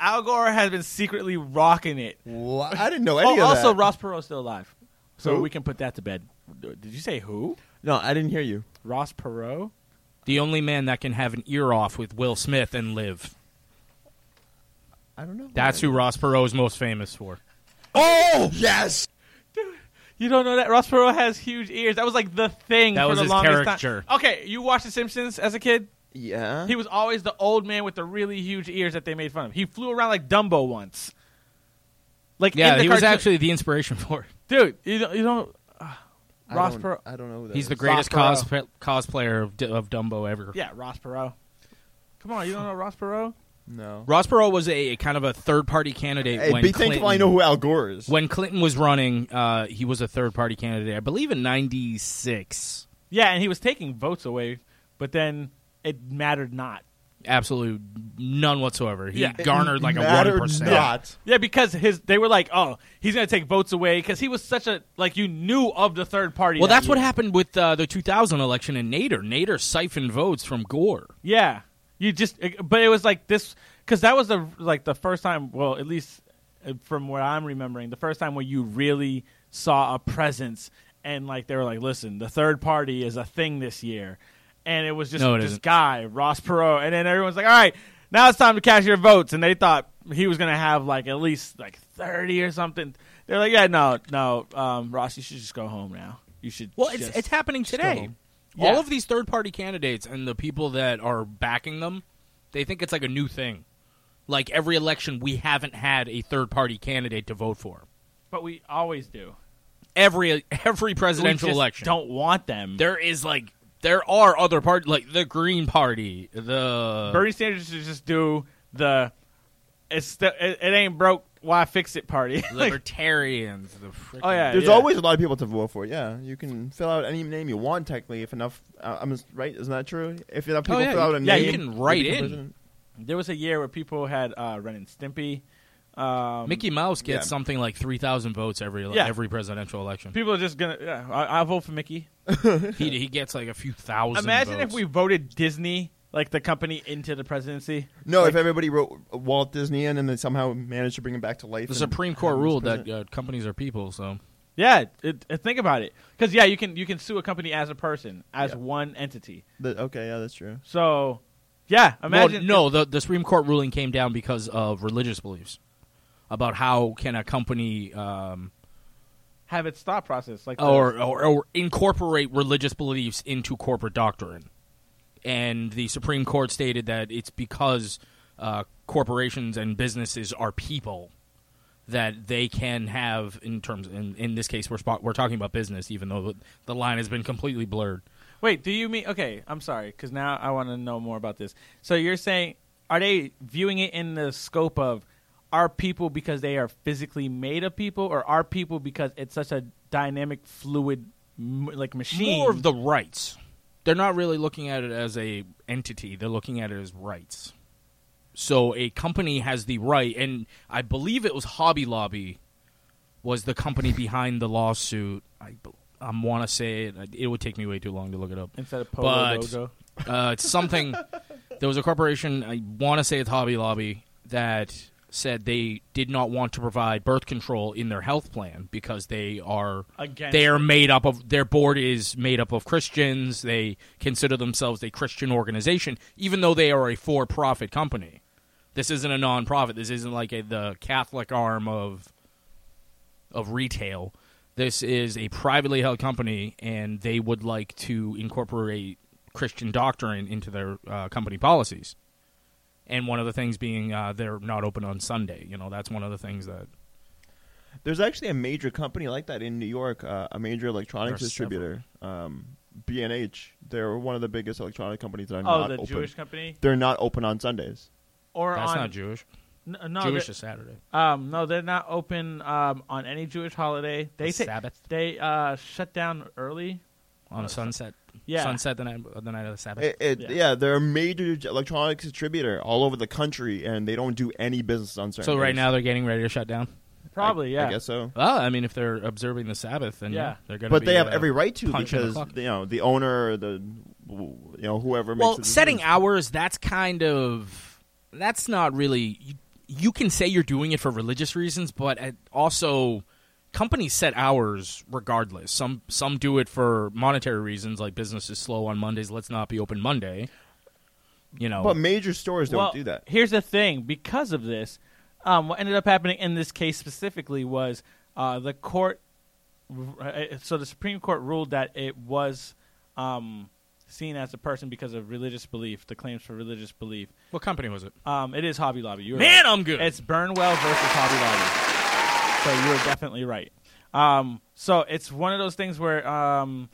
Al Gore has been secretly rocking it.
Wha- I didn't know any
oh,
of
also
that.
Ross Perot's still alive, so
Who?
we can put that to bed. Did you say who?
no, I didn't hear you.
Ross Perot?
The only man that can have an ear off with Will Smith and live.
I don't know.
That's who Ross Perot is most famous for.
Oh yes.
You don't know that Ross Perot has huge ears. That was like the thing.
That
for
was
the
his
longest
character.
Time. Okay, you watched The Simpsons as a kid.
Yeah.
He was always the old man with the really huge ears that they made fun of. He flew around like Dumbo once. Like in
Yeah,
the
he was
cartoon-
actually the inspiration for it.
dude. You don't, you don't uh,
I
Ross
don't-
Perot.
I don't know. Who that
He's the
is.
greatest
Ross
cos- cosplayer of, D- of Dumbo ever.
Yeah, Ross Perot. Come on, you don't know Ross Perot?
No.
Ross Perot was a, a kind of a third party candidate.
Hey,
when
be
Clinton,
thankful I know who Al Gore is.
When Clinton was running, uh, he was a third party candidate, I believe in 96.
Yeah, and he was taking votes away, but then it mattered not.
Absolute none whatsoever. He
Yeah.
garnered like a
Matter
1%.
Not.
Yeah, because his they were like, oh, he's gonna take votes away because he was such a like you knew of the third party.
Well,
that
that's what
year.
happened with uh, the 2000 election in Nader. Nader siphoned votes from Gore.
Yeah, you just uh, but it was like this because that was the like the first time. Well, at least uh, from what I'm remembering, the first time where you really saw a presence and like they were like, listen, the third party is a thing this year, and it was just
No, it
this
isn't.
guy Ross Perot, and then everyone's like, all right, now it's time to cash your votes, and they thought he was gonna have like at least like thirty or something. They're like, yeah, no, no, um, Ross, you should just go home now. You should.
Well, it's,
just-
it's happening today.
him.
All
Yeah.
of these third party candidates and the people that are backing them, they think it's like a new thing. Like every election, we haven't had a third party candidate to vote for.
but we always do.
Every every
We
presidential
just
election,
Don't want them.
there is like there are other parties like the Green Party, the
Uh, Bernie Sanders should just do the it's st- it, it ain't broke, why fix it party. Like,
Libertarians, the frickin-
oh yeah,
There's
yeah.
always a lot of people to vote for. Yeah, you can fill out any name you want technically if enough. Uh, I'm right. Isn't that true? If enough
Oh,
people
yeah,
fill out a
yeah,
name,
you can write
become
in.
president.
there was a year where people had uh, Ren and Stimpy. Um,
Mickey Mouse gets
yeah.
something like three thousand votes every
Yeah.
every presidential election.
people are just gonna. Yeah, I, I vote for Mickey.
he he gets like a few thousand.
Imagine if
votes.
we voted Disney, like the company, into the presidency.
No,
Like,
if everybody wrote Walt Disney in and they somehow managed to bring him back to life.
The
and
Supreme Court
have him as
ruled that
president.
uh, companies are people, so
yeah, it, it- think about it, because yeah, you can you can sue a company as a person, as one entity.
That- okay, yeah, that's true.
So, yeah, imagine
no, no, the the Supreme Court ruling came down because of religious beliefs about how can a company um,
have its thought process like the-
or, or or incorporate religious beliefs into corporate doctrine, and the Supreme Court stated that it's because uh, corporations and businesses are people that they can have in terms in, in this case we're spot, we're talking about business even though the- the line has been completely blurred
Wait, do you mean okay? I'm sorry, because now I want to know more about this. So you're saying, are they viewing it in the scope of are people because they are physically made of people, or are people because it's such a dynamic, fluid, m- like machine?
more of the rights. They're not really looking at it as a entity. They're looking at it as rights. So a company has the right, and I believe it was Hobby Lobby was the company behind the lawsuit. I, bel- I want to say it. It would take me way too long to look it up.
instead of polo
But-
logo.
Uh, it's something. there was a corporation. I want to say it's Hobby Lobby that said they did not want to provide birth control in their health plan because they are
Against
they are
it.
made up of their board is made up of Christians. They consider themselves a Christian organization, even though they are a for profit company. This isn't a non-profit. This isn't like a, the Catholic arm of of retail. This is a privately held company, and they would like to incorporate Christian doctrine into their uh, company policies. And one of the things being uh, they're not open on Sunday. You know, that's one of the things that
There's actually a major company like that in New York, uh, a major electronics
There are
distributor, um, B&H. They're one of the biggest electronic companies that are
Oh,
not
the
open.
Jewish company?
They're not open on Sundays.
Or
That's
on-
not Jewish.
N- no,
Jewish
they-
is Saturday.
Um, no, they're not open um, on any Jewish holiday. They
The
ta-
Sabbath.
They uh, shut down early.
on sunset.
Yeah.
sunset the night the night of the Sabbath.
It, it, yeah. they're a major j- electronics distributor all over the country, and they don't do any business on Sundays.
So right now they're getting ready to shut down.
Probably,
I
yeah.
guess so.
Well, I mean, if they're observing the Sabbath, then yeah, they're going.
But they have every right to because you know the owner, the you know whoever. makes
well,
the
setting
decision.
hours that's kind of that's not really. You, you can say you're doing it for religious reasons, but it also companies set hours regardless. Some some do it for monetary reasons, like business is slow on Mondays. Let's not be open Monday. You know,
But major stores don't
well,
do that.
Here's the thing: because of this, um, what ended up happening in this case specifically was uh, the court. uh, So the Supreme Court ruled that it was um, seen as a person because of religious belief. The claims for religious belief.
What company was it?
Um, it is Hobby Lobby. You were
Man,
right.
I'm good.
It's Burnwell versus Hobby Lobby. So you were definitely right. Um, so it's one of those things where um,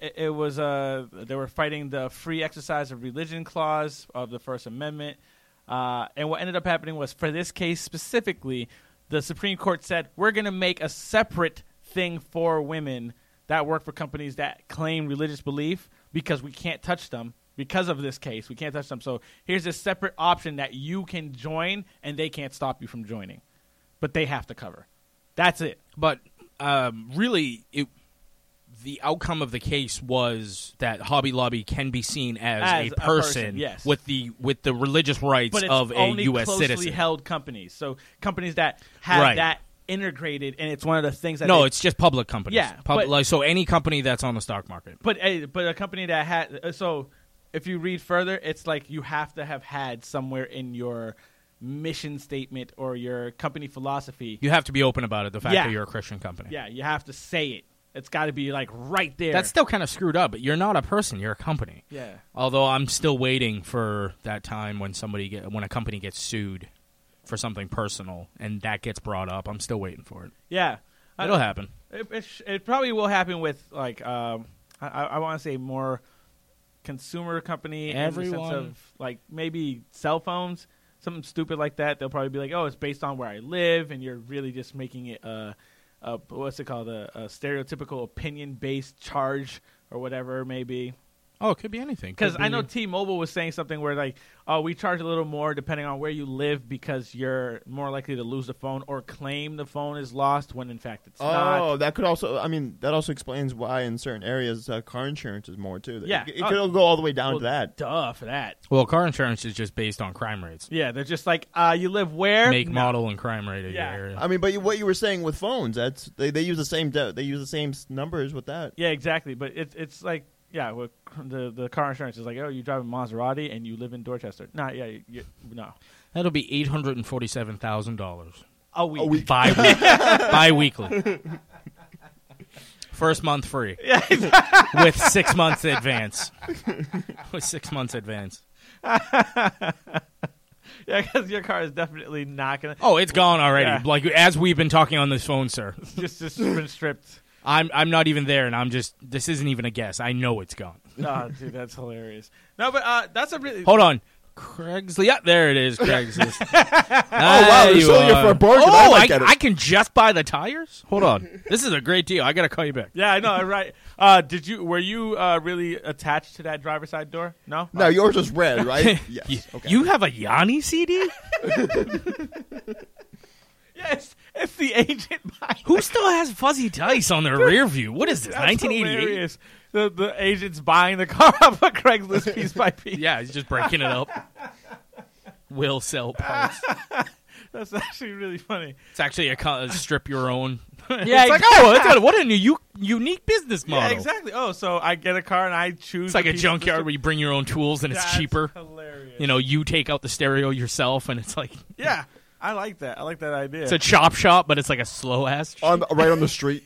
it, it was uh, they were fighting the free exercise of religion clause of the First Amendment, uh, and what ended up happening was for this case specifically, the Supreme Court said we're going to make a separate thing for women that work for companies that claim religious belief because we can't touch them because of this case. We can't touch them. So here's a separate option that you can join, and they can't stop you from joining, but they have to cover. That's it.
But um, really, it, the outcome of the case was that Hobby Lobby can be seen as,
As
a
a
person,
person, yes.
with the with the religious rights
but it's
of a
only
U.S.
closely
citizen.
held companies. So companies that have
Right.
that integrated, and it's one of the things that
no,
they-
it's just public companies.
Yeah,
Pub-
but-
like, so any company that's on the stock market.
But a but a company that had uh, so if you read further, it's like you have to have had somewhere in your mission statement or your company philosophy.
You have to be open about it. The fact
Yeah.
that you're a Christian company.
Yeah, you have to say it. It's got to be like right there.
That's still kind of screwed up. But you're not a person. You're a company.
Yeah.
Although I'm still waiting for that time when somebody get, when a company gets sued for something personal and that gets brought up. I'm still waiting for it.
yeah. I-
It'll happen.
It, it, sh- it probably will happen with like um, I, I want to say more consumer company in the sense
Everyone-
of like maybe cell phones, something stupid like that. They'll probably be like, oh, it's based on where I live, and you're really just making it uh, a what's it called a, a stereotypical opinion based charge or whatever maybe.
Oh, it could be anything.
Because
Could
I
be-
know T-Mobile was saying something where like, oh, we charge a little more depending on where you live because you're more likely to lose the phone or claim the phone is lost when in fact it's not.
Oh, that could also. I mean, that also explains why in certain areas uh, car insurance is more too.
Yeah. uh,
it, it could all go all the way down
Well,
to that.
Duh for that.
Well, car insurance is just based on crime rates.
Yeah, they're just like, uh, you live where?
Make,
No.
model, and crime rate of
Yeah.
your area.
I mean, but you, what you were saying with phones, that's they, they use the same de- they use the same s- numbers with that.
Yeah, exactly. But it's it's like, yeah, well, the the car insurance is like, oh, you drive a Maserati and you live in Dorchester. Nah, yeah, you, you, no.
That'll be eight hundred and forty-seven thousand dollars
A week. A week.
Bi bi-weekly. First month free.
Yeah, exactly.
With six months advance. With six months advance.
Yeah, because your car is definitely not gonna.
Oh, it's gone already.
Yeah.
Like as we've been talking on this phone, sir.
just just been stripped.
I'm I'm not even there, and I'm just. This isn't even a guess. I know it's gone.
oh, dude, that's hilarious. No, but uh, that's a really
Hold on. Craigslist. Yeah, there it is. Craigslist.
Oh, wow,
There
they're selling it
are.
for a bargain.
Oh,
I like
I,
that.
I can just buy the tires. Hold on. this is a great deal. I gotta call you back.
Yeah, I know, right? Uh, did you were you uh, really attached to that driver's side door? No,
No, yours is red, right? yes.
You- You have a Yanni CD?
yes, it's the agent.
Who still has fuzzy dice on their rear view? What is this?
That's
1988.
hilarious. The the agent's buying the car off of Craigslist piece by piece. Ah.
Yeah, he's just breaking it up. Will sell parts.
That's actually really funny.
It's actually a co- a strip your own.
Yeah,
it's like oh, it's a, what a new, unique business model.
Yeah, exactly. Oh, so I get a car and I choose.
It's like
the
a
piece of
junkyard
the-
where you bring your own tools and it's
That's
cheaper.
hilarious.
You know, you take out the stereo yourself, and it's like
Yeah, I like that. I like that idea.
it's a chop shop, but it's like a slow ass.
On right on the street.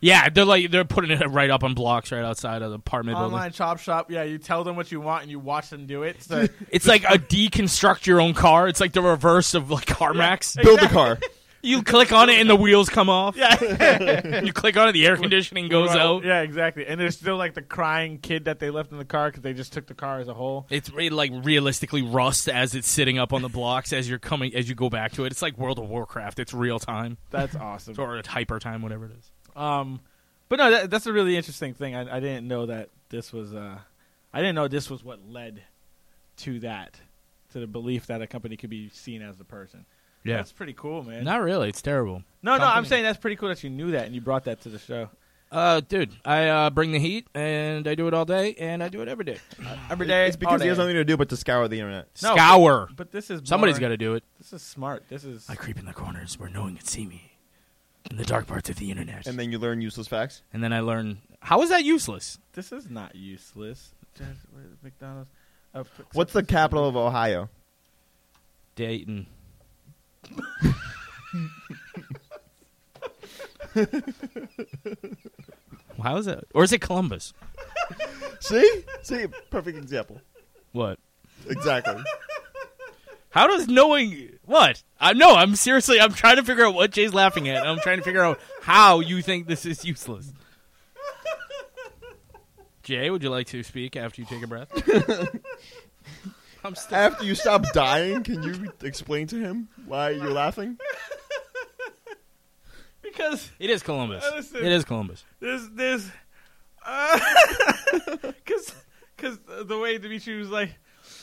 Yeah, they're like they're putting it right up on blocks right outside of the apartment building.
Online chop shop. Yeah, you tell them what you want and you watch them do it. So
It's like a deconstruct your own car. It's like the reverse of like CarMax.
Build a car.
You click on it and the wheels come off.
Yeah.
you click on it, the air conditioning goes
Right.
out.
Yeah, exactly. And there's still like the crying kid that they left in the car because they just took the car as a whole.
It's re- like realistically rust as it's sitting up on the blocks as you're coming as you go back to it. It's like World of Warcraft. It's real time.
That's awesome.
or hyper time, whatever it is.
Um, but no, that, that's a really interesting thing. I, I didn't know that this was. Uh, I didn't know this was what led to that, to the belief that a company could be seen as the person.
Yeah.
that's pretty cool, man.
Not really. It's terrible.
No, no, I'm
Company.
saying that's pretty cool that you knew that and you brought that to the show.
Uh, dude, I uh, bring the heat and I do it all day and I do it every day.
Every day,
It's because
all
he has
day.
nothing to do but to scour the internet.
No,
Scour.
But, but this is
Somebody's
more-
got to do it.
This is smart. This is.
I creep in the corners where no one can see me. In the dark parts of the internet.
And then you learn useless facts.
And then I learn how is that useless?
This is not useless. Just- where is McDonald's. Uh, put-
What's the capital of Ohio?
Dayton. How is that? Or is it Columbus?
See? See? Perfect example.
What?
Exactly.
How does knowing what? I no, I'm seriously I'm trying to figure out what Jay's laughing at. and I'm trying to figure out how you think this is useless. Jay, would you like to speak after you take a breath? I'm still
After you stop dying, can you explain to him why you're laughing?
Because
It is Columbus.
Uh, listen.
It is Columbus.
There's there's because because uh, the way Dimitri was like,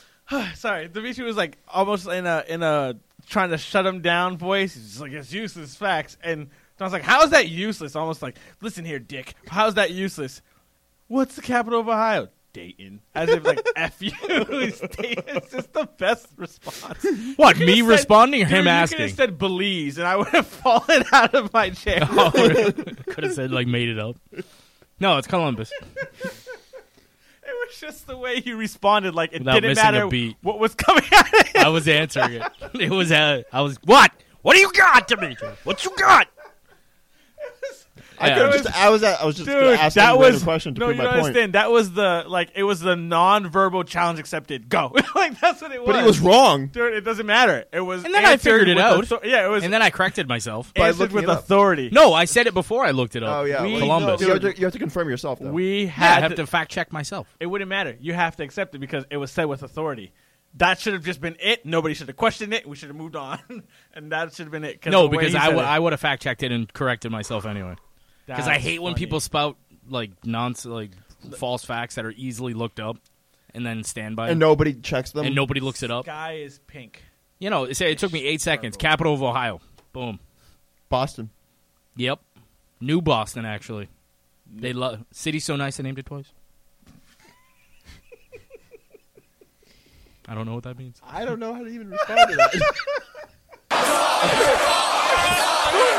sorry, Dimitri was like almost in a in a trying to shut him down voice. He's just like it's useless facts, and I was like, how is that useless? Almost like, listen here, Dick, how's that useless? What's the capital of Ohio? Dayton. As if like f you, it's Dayton. It's just the best response.
What,
You
me
could've
responding or
dude,
him
You could
asking?
have said Belize, and I would have fallen out of my chair.
Oh, Could have said like made it up. No, it's Columbus.
It was just the way he responded. Like it
Without
didn't
missing a
matter
beat.
what was coming out of him.
I was answering it. It was uh, I was what? What do you got, Dimitri? What you got?
I
Yeah.
could've just I was I was just
Dude,
gonna ask
that
him a random
was
question to
no.
prove
you
my
don't
point.
understand. That was the like it was the non-verbal challenge accepted. Go. like that's what it was.
But he was wrong.
Dude, it doesn't matter. It was.
And then I
answered
figured it
with
out.
author- yeah, it was.
And then I corrected myself.
By
looking
with
it up.
authority.
No, I said it before I looked it up.
Oh yeah,
We-
well,
Columbus.
You have, to, you have to confirm yourself though.
We
Yeah,
had
I have to fact check myself.
It wouldn't matter. You have to accept it because it was said with authority. That should have just been it. Nobody should have questioned it. We should have moved on, and that should have been it.
No,
the way
because
he
I
said
would
it.
I would have fact checked it and corrected myself anyway. Because I
That's
hate when
funny.
people spout like nonsense, like false facts that are easily looked up, and then stand by
and
them,
nobody checks them.
and nobody looks it up.
Sky is pink.
You know, say it took me eight seconds. Capital of Ohio. Boom.
Boston.
Yep. New Boston, actually. They love city so nice they named it twice. I don't know what that means.
I don't know how to even respond to that.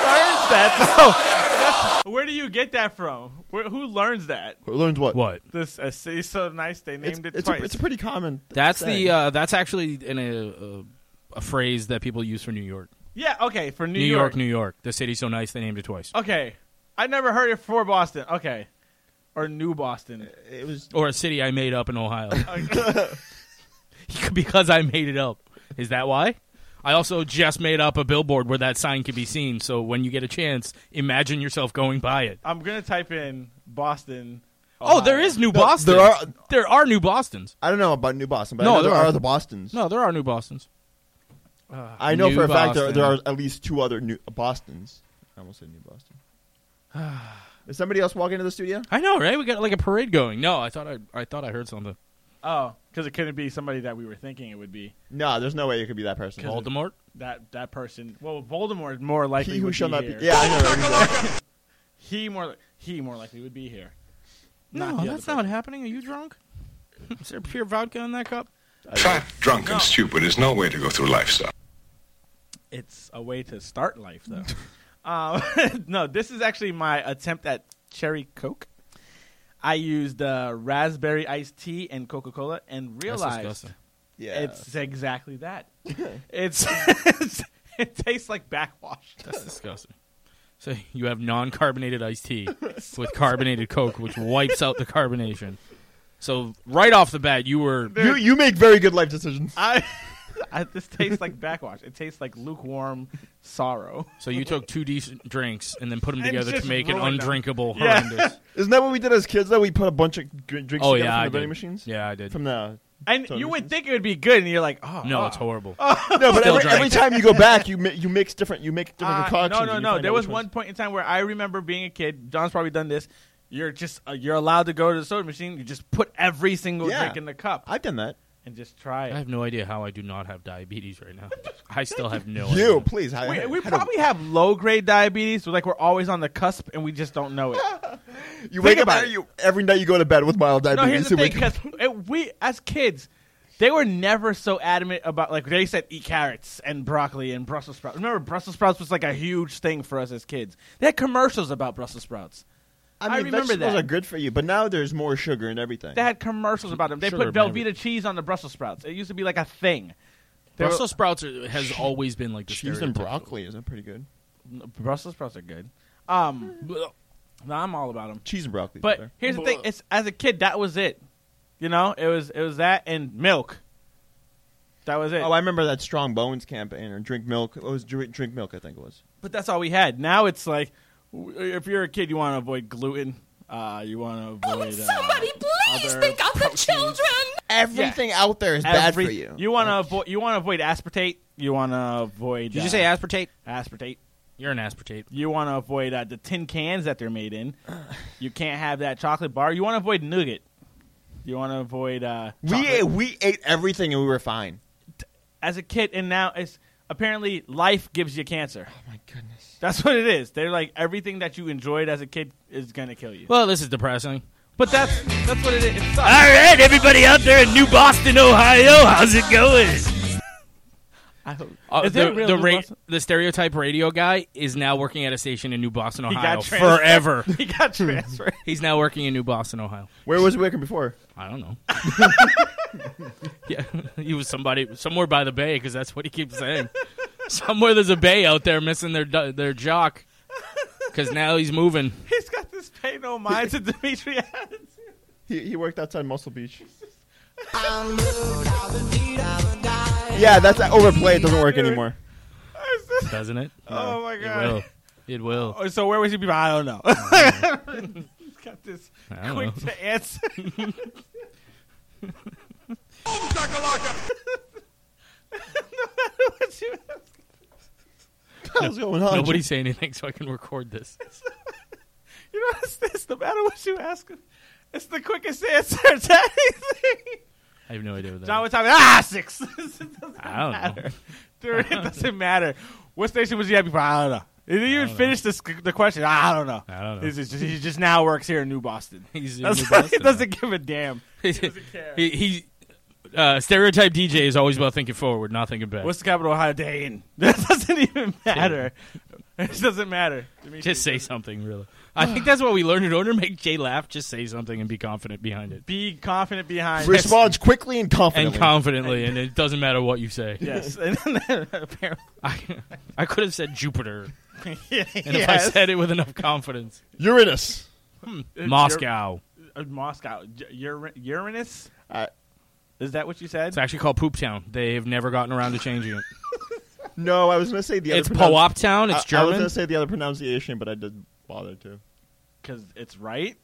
learns that? Where do you get that from? Where, who learns that?
Learned what?
What?
This a city so nice they
It's,
named it
it's,
twice.
a, it's a pretty common.
That's
saying.
the uh, that's actually in a, a a phrase that people use for New York.
yeah, okay, for New,
New York, New York. The city so nice they named it twice.
Okay, I never heard it for Boston. Okay, or New Boston.
It was
Or a city I made up in Ohio. because I made it up. Is that why? I also just made up a billboard where that sign can be seen. So when you get a chance, imagine yourself going by it.
I'm gonna type in Boston.
Oh, there is New Boston.
there are.
There are New Bostons.
I don't know about New Boston, but
No,
I know there,
there
are
are.
other Bostons.
No, there are New Bostons.
I know
New
for a fact there,
Boston.
there are at least two other New Boston's. I almost said New Boston. Is somebody else walking into the studio?
I know, right? We got like a parade going. No, I thought I, I thought I heard something.
Oh, because it couldn't be somebody that we were thinking it would be.
No, there's no way it could be that person.
Voldemort.
That that person. Well, Voldemort is more likely.
He who
would
shall
be
not
here.
be. Yeah, I know. exactly.
He more he more likely would be here. Not
No,
the
that's
other
not happening. Are you drunk? Is there pure vodka in that cup?
Fat, drunk, and stupid is no way to go through life, son.
It's a way to start life, though. um, no, this is actually my attempt at cherry Coke. I used uh, raspberry iced tea and Coca Cola and realized
disgusting.
yeah.
Yeah.
it's exactly that. it's, it's It tastes like backwash.
That's disgusting. So you have non-carbonated iced tea with carbonated Coke, which wipes out the carbonation. So right off the bat, you were
You you make very good life decisions.
I, I this tastes like backwash. It tastes like lukewarm sorrow.
So you took two decent drinks and then put them
And
together to
just
make an
ruined them.
undrinkable.
Yeah.
horrendous-
Isn't that what we did as kids? Though we put a bunch of gr- drinks
Oh,
together
yeah,
from
I
the vending
did.
machines.
Yeah, I did.
From the
And
Totally
you would think it would be good, and you're like, oh
No,
wow.
it's horrible.
no, but
Still
every,
drank
every
it.
time you go back, you mi- you mix different you make different
Uh,
concoctions.
no, no,
and you
no.
find
There
out
was
which ones-
one point in time where I remember being a kid. John's probably done this. You're just uh, you're allowed to go to the soda machine. You just put every single
Yeah.
drink in the cup.
I've done that.
and just try
I
it.
have no idea how I do not have diabetes right now. I still have no idea.
You please. I,
We,
I-
we
I don't-
probably have low grade diabetes. Like we're always on the cusp, and we just don't know it.
you
think
wake up
about
every-
it.
you every night you go to bed with mild diabetes.
no, here's the
and
thing,
wake up-
because we as kids, they were never so adamant about like they said eat carrots and broccoli and Brussels sprouts. Remember, Brussels sprouts was like a huge thing for us as kids. They had commercials about Brussels sprouts.
I, mean,
remember
vegetables
that.
are good for you, but now there's more sugar in everything.
They had commercials about them. They
Sugar
put
and
Velveeta cheese on the Brussels sprouts. It used to be like a thing. They were-
Brussels sprouts are, has always been like the
cheese and
stereotypical.
broccoli is that pretty good?
Brussels sprouts are good. Um, no, I'm all about them.
Cheese and broccoli. is
But
better.
here's the thing: it's as a kid, that was it. You know, it was it was that and milk. That was it.
oh, I remember that Strong Bones campaign or drink milk. It was drink, drink milk, I think it was.
But that's all we had. Now it's like, w- if you're a kid, you want to avoid gluten. Uh, you want to avoid. uh,
Somebody please
other
think of the children.
Everything out there is
every- You want to avoid. You want to avoid aspartate. You want to avoid.
Did you
uh,
say aspartate?
aspartate?
You're an aspartate.
You want to avoid uh, the tin cans that they're made in. You can't have that chocolate bar. You want to avoid nougat. You want to avoid. Uh,
We
chocolate.
ate, we ate everything and we were fine.
as a kid, and now it's apparently life gives you cancer.
Oh My goodness.
That's what it is. They're like everything that you enjoyed as a kid is gonna kill you.
Well, this is depressing.
But that's that's what it is. It sucks.
right, everybody out there in New Boston, Ohio, how's it going?
I hope. Is there
Uh, the,
real
the,
New
ra-
Boston?
the stereotype radio guy is now working at a station in New Boston,
He got
Ohio,
trans-
forever.
he got transferred.
He's now working in New Boston, Ohio.
Where was Wicker before?
I don't know. yeah, he was somebody somewhere by the bay because that's what he keeps saying. somewhere there's a bay out there missing their do- their jock because now he's moving.
He's got this pay no mind to Dimitri. Adams.
He, he worked outside Muscle Beach. yeah, that's overplay. It doesn't work anymore.
doesn't it?
oh my
It will.
god.
It will.
Oh, So where was he before? I don't know. He's got this
Mm-hmm. I don't
quick
know.
to answer. What you ask?
What's going on?
Nobody say anything so I can record this.
You know what's this? No matter what you ask him, it's the quickest answer to anything.
I have no idea what that.
John was talking. Ah, six. it doesn't
I don't know.
matter. Dude, it doesn't matter. What station was he at before? I don't know. He didn't even finish this, the question. I don't know.
I don't know.
He's just, he just now works here in New Boston.
He's in
That's
New
why
Boston
he
now.
doesn't give a damn.
he, he uh, stereotype DJ is always about thinking forward, not thinking back.
What's the capital of Ohio day in? That doesn't even matter. It doesn't matter. Dimitri.
just say something, really. I think that's what we learned in order to make Jay laugh. Just say something and be confident behind it,
Be confident behind.
Responds quickly and confidently.
and confidently, and it doesn't matter what you say.
Yes. And then apparently.
I, I could have said Jupiter, and if I
Yes.
said it with enough confidence,
Uranus.
It's
Moscow.
Ur- uh, Moscow. J- Ur- Uranus?
Uh,
Is that what you said?
It's actually called Poop Town. They have never gotten around to changing it.
No, I was going to say the other
it's
pronoun-
Po-op Town.
Uh,
It's
I- I was
German.
going to say the other pronunciation, but I didn't bother to.
Because it's right.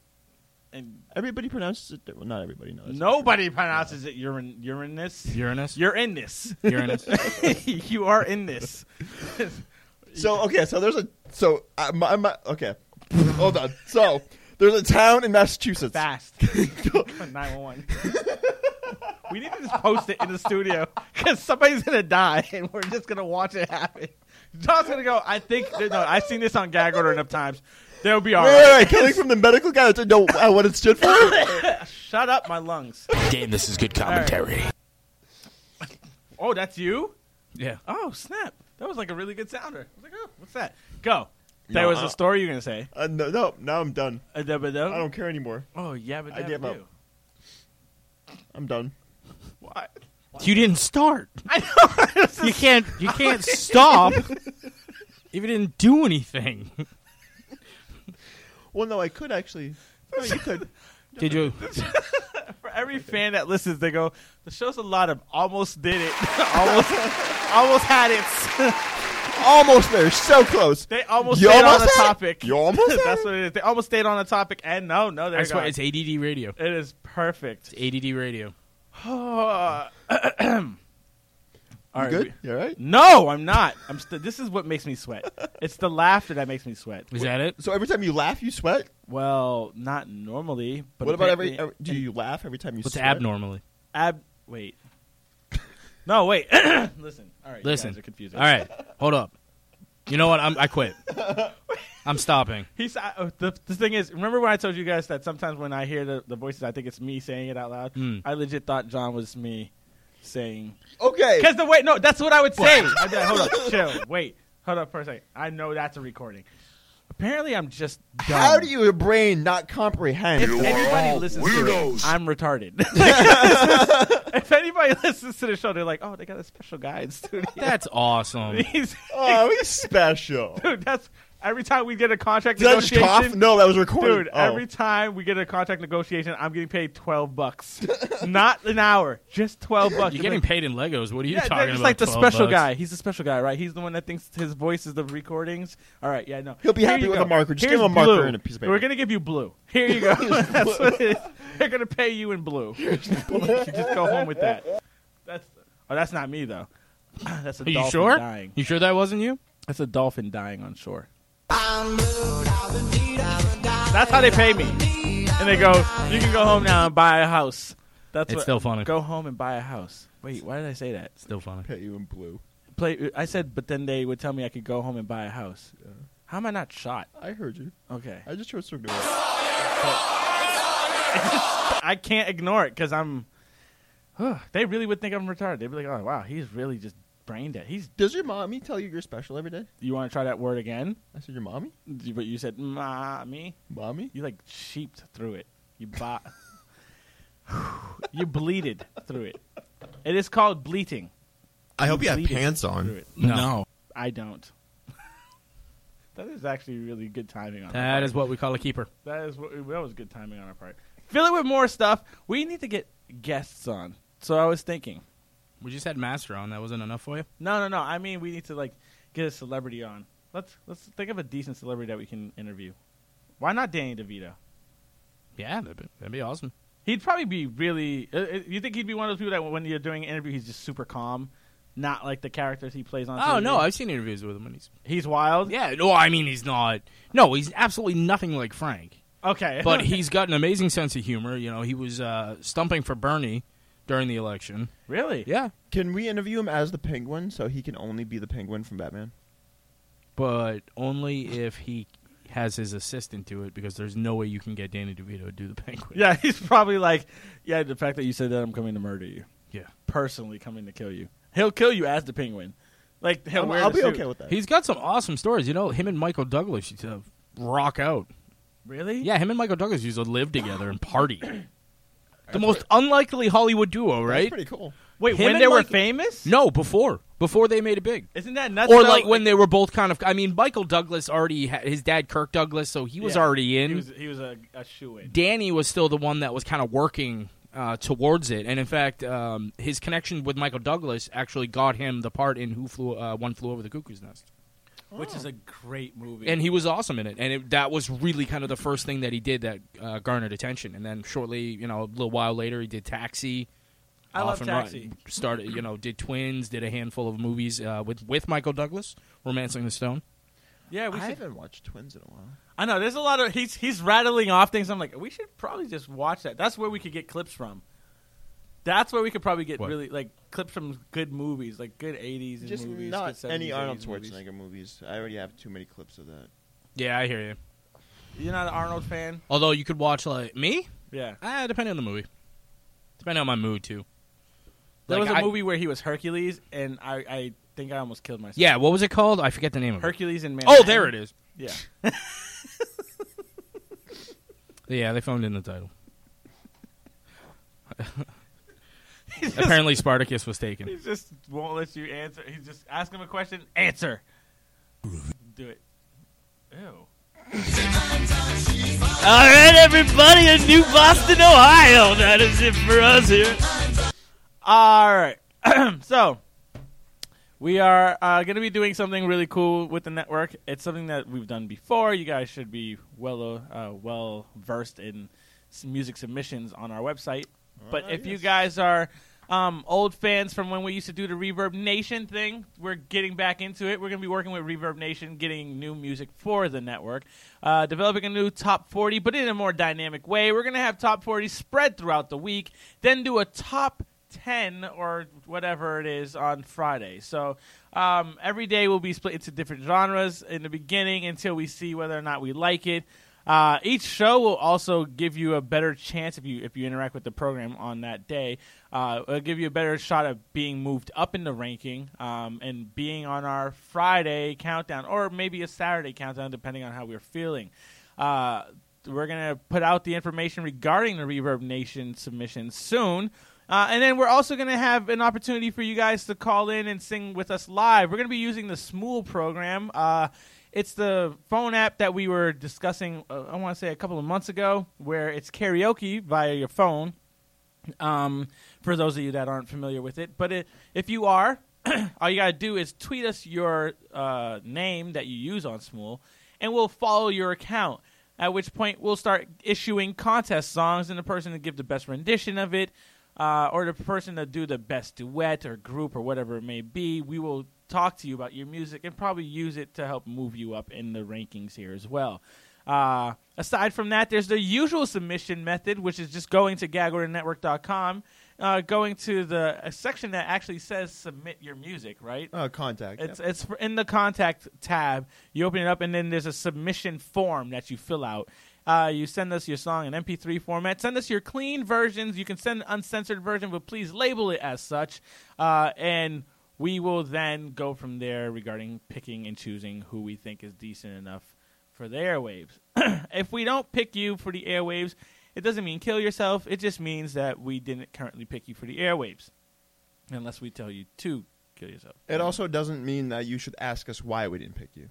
And
Everybody pronounces it. di- Well, not everybody knows.
nobody pronounces it Uran- Uranus.
Uranus.
You're in this.
Uranus.
you are in this.
So okay, so there's a so uh, my, my, okay, hold on. So there's a town in Massachusetts.
Fast. 911. we need to just post it in the studio because somebody's going to die and we're just going to watch it happen. John's going to go, I think, no, I've seen this on Gag Order enough times. They'll be all
Wait, wait,
right.
wait, coming from the medical guy that didn't know uh, what it stood for.
Shut up, my lungs.
Damn, this is good
commentary. Oh, that's you?
yeah.
Oh, snap. That was like a really good sounder. I was like, oh, what's that? Go. There was a story you're gonna say.
Uh, no, no, now I'm done.
I don't
care anymore.
Oh yeah, but
I gave up. I'm done.
Why?
You didn't start.
I know.
you can't. You can't stop if you didn't do anything.
Well, no, I could actually. No, you could.
Did you?
For every fan that listens, they go, "The show's a lot of almost did it, almost, almost had it,
almost there, so close."
They almost
You
stayed
almost
on the
had it?
topic.
You almost had
That's what it is. They almost stayed on the topic, and no, no, they're
I swear,
gone.
it's ADD radio.
It is perfect.
It's ADD radio.
All
You
right,
good?
we-
You all right?
No, I'm not. I'm. St- this is what makes me sweat. It's the laughter that makes me sweat.
Is that it?
So every time you laugh, you sweat.
Well, not normally. But
what about every, every?
apparently-
Do you laugh every time you?
What's
sweat?
abnormally?
Ab. Wait. No, wait. Listen. All right.
Listen.
You guys are confusing.
All right, hold up. You know what? I'm, I quit. I'm stopping.
He's I- oh, the, the thing is. Remember when I told you guys that sometimes when I hear the, the voices, I think it's me saying it out loud.
Mm.
I legit thought John was me saying.
Okay.
Because the way no, that's what I would say. I did- hold up, chill. Wait, hold up for a second. I know that's a recording. Apparently, I'm just. Dumb.
How do your brain not comprehend?
If
that?
everybody listens to it, I'm retarded. if anybody listens to the show, they're like, "Oh, they got a special guy in studio."
That's awesome.
He's-
oh, he's special.
dude, that's every time we get a contract
Did I just
negotiation.
cough? No, that was recorded.
Dude,
Oh.
every time we get a contract negotiation, I'm getting paid twelve bucks, not an hour, just twelve bucks.
You're getting paid in Legos. What are you
yeah,
talking
they're just
about?
like the
12
special
bucks?
guy. He's the special guy, right? He's the one that thinks his voice is the recordings. All right, yeah, no.
He'll be
Here
happy
you
with
go.
a marker. Just give
Here's
him a marker
blue.
and a piece of paper.
We're gonna give you blue. Here you go. That's what it is. They're gonna pay you in blue. You just go home with that. That's oh, that's not me though. That's a
Are you
dolphin
sure?
dying.
You sure that wasn't you?
That's a dolphin dying on shore. That's how they pay me. And they go, you can go home now and buy a house. That's
It's
what,
still funny.
Go home and buy a house. Wait, why did I say that?
Still funny.
Pay you in blue.
Play. I said, but then they would tell me I could go home and buy a house. How am I not shot?
I heard you.
Okay,
I just heard something.
I can't ignore it because I'm. they really would think I'm retarded. They'd be like, oh wow, he's really just brain dead. He's.
Does your mommy tell you you're special every day?
You want to try that word again?
I said your mommy.
But you said mommy.
Mommy.
You like sheeped through it. You bot. you bleated through it. It is called bleating.
I hope you have
bleated
pants
through
on.
it.
No.
I don't. that is actually really good timing on
That is what we call a keeper.
That is what, that was good timing on our part. Fill it with more stuff. We need to get guests on. So I was thinking.
We just had Master on. That wasn't enough for you?
No, no, no. I mean, we need to like get a celebrity on. Let's let's think of a decent celebrity that we can interview. Why not Danny DeVito?
Yeah, that'd be, that'd be awesome.
He'd probably be really. Uh, uh, you think he'd be one of those people that when you're doing an interview, he's just super calm, not like the characters he plays on.
Oh
TV?
no, I've seen interviews with him and he's
he's wild.
yeah. No, I mean he's not. No, he's absolutely nothing like Frank.
Okay,
But he's got an amazing sense of humor. You know, he was uh, stumping for Bernie during the election.
really
Yeah,
Can we interview him as the Penguin so he can only be the Penguin from Batman?
but only if he has his assistant do it because there's no way you can get Danny DeVito to do the penguin.
yeah. He's probably like, yeah. The fact that you said that, I'm coming to murder you.
Yeah.
personally coming to kill you. He'll kill you as the penguin. Like he'll
I'm-
wear
I'll
the
be
suit.
okay with that.
He's got some awesome stories. You know, him and Michael Douglas used to rock out.
Really?
Yeah, him and Michael Douglas used to live together and party. The most unlikely Hollywood duo,
That's
right?
pretty cool.
Wait,
Him
when
and
they were
Mike-
famous?
No, before before they made it big,
Isn't that nuts?
or
though?
like when they were both kind of. I mean, Michael Douglas already had his dad Kirk Douglas, so he was
Yeah.
already in.
He was, he was a, a shoe in.
Danny was still the one that was kind of working uh, towards it, and in fact, um, his connection with Michael Douglas actually got him the part in Who Flew uh, One Flew Over the Cuckoo's Nest,
which is a great movie.
and he was awesome in it. And it, that was really kind of the first thing that he did that uh, garnered attention. And then shortly, you know, a little while later, he did Taxi.
I love
Off and Run-
Taxi.
started, you know, did Twins, did a handful of movies uh, with with Michael Douglas, Romancing the Stone.
yeah, we
I
should
haven't watched Twins in a while.
I know there's a lot of he's he's rattling off things. I'm like, we should probably just watch that. That's where we could get clips from. That's where we could probably get
What?
really like clips from good movies, like good '80s and
Just
movies.
not
good 70s,
any Arnold
80s movies.
Schwarzenegger movies. I already have too many clips of that.
Yeah, I hear you.
You're not an Arnold fan,
Although you could watch like me,
yeah.
ah, depending on the movie, depending on my mood too.
There
Like,
was a
I-
movie where he was Hercules, and I, I think I almost killed myself.
Yeah, what was it called? I forget the name of it.
Hercules and Man.
Oh, there it is.
Yeah.
Yeah, they phoned in the title. Apparently, Spartacus was taken.
He just won't let you answer. He just ask him a question, answer. Do it. Ew.
All right, everybody in New Boston, Ohio. That is it for us here.
All right. so we are uh, going to be doing something really cool with the network. It's something that we've done before. You guys should be well uh, well versed in s- music submissions on our website. but
Ah,
if you
yes.
guys are um, old fans from when we used to do the Reverb Nation thing, we're getting back into it. We're going to be working with Reverb Nation, getting new music for the network, uh, developing a new top 40, but in a more dynamic way. We're going to have top 40 spread throughout the week, then do a top 10 or whatever it is on Friday. So um, every day will be split into different genres in the beginning until we see whether or not we like it. Uh, each show will also give you a better chance if you if you interact with the program on that day. Uh, it'll give you a better shot of being moved up in the ranking um, and being on our Friday countdown or maybe a Saturday countdown, depending on how we're feeling. Uh, we're going to put out the information regarding the Reverb Nation submission soon. Uh, and then we're also going to have an opportunity for you guys to call in and sing with us live. We're going to be using the Smool program. Uh, it's the phone app that we were discussing, uh, I want to say, a couple of months ago, where it's karaoke via your phone um, for those of you that aren't familiar with it. But it, if you are, all you got to do is tweet us your uh, name that you use on Smool, and we'll follow your account. At which point, we'll start issuing contest songs, and the person to give the best rendition of it, uh, or the person to do the best duet or group or whatever it may be, we will talk to you about your music and probably use it to help move you up in the rankings here as well. Uh, aside from that, there's the usual submission method, which is just going to gagordernetwork.com, uh, going to the a section that actually says submit your music, right?
Uh, contact.
It's
yeah.
it's for- in the contact tab. You open it up, and then there's a submission form that you fill out. Uh, you send us your song in MP3 format. Send us your clean versions. You can send an uncensored version, but please label it as such. Uh, and we will then go from there regarding picking and choosing who we think is decent enough for the airwaves. if we don't pick you for the airwaves, it doesn't mean kill yourself. It just means that we didn't currently pick you for the airwaves, unless we tell you to kill yourself.
It also doesn't mean that you should ask us why we didn't pick you.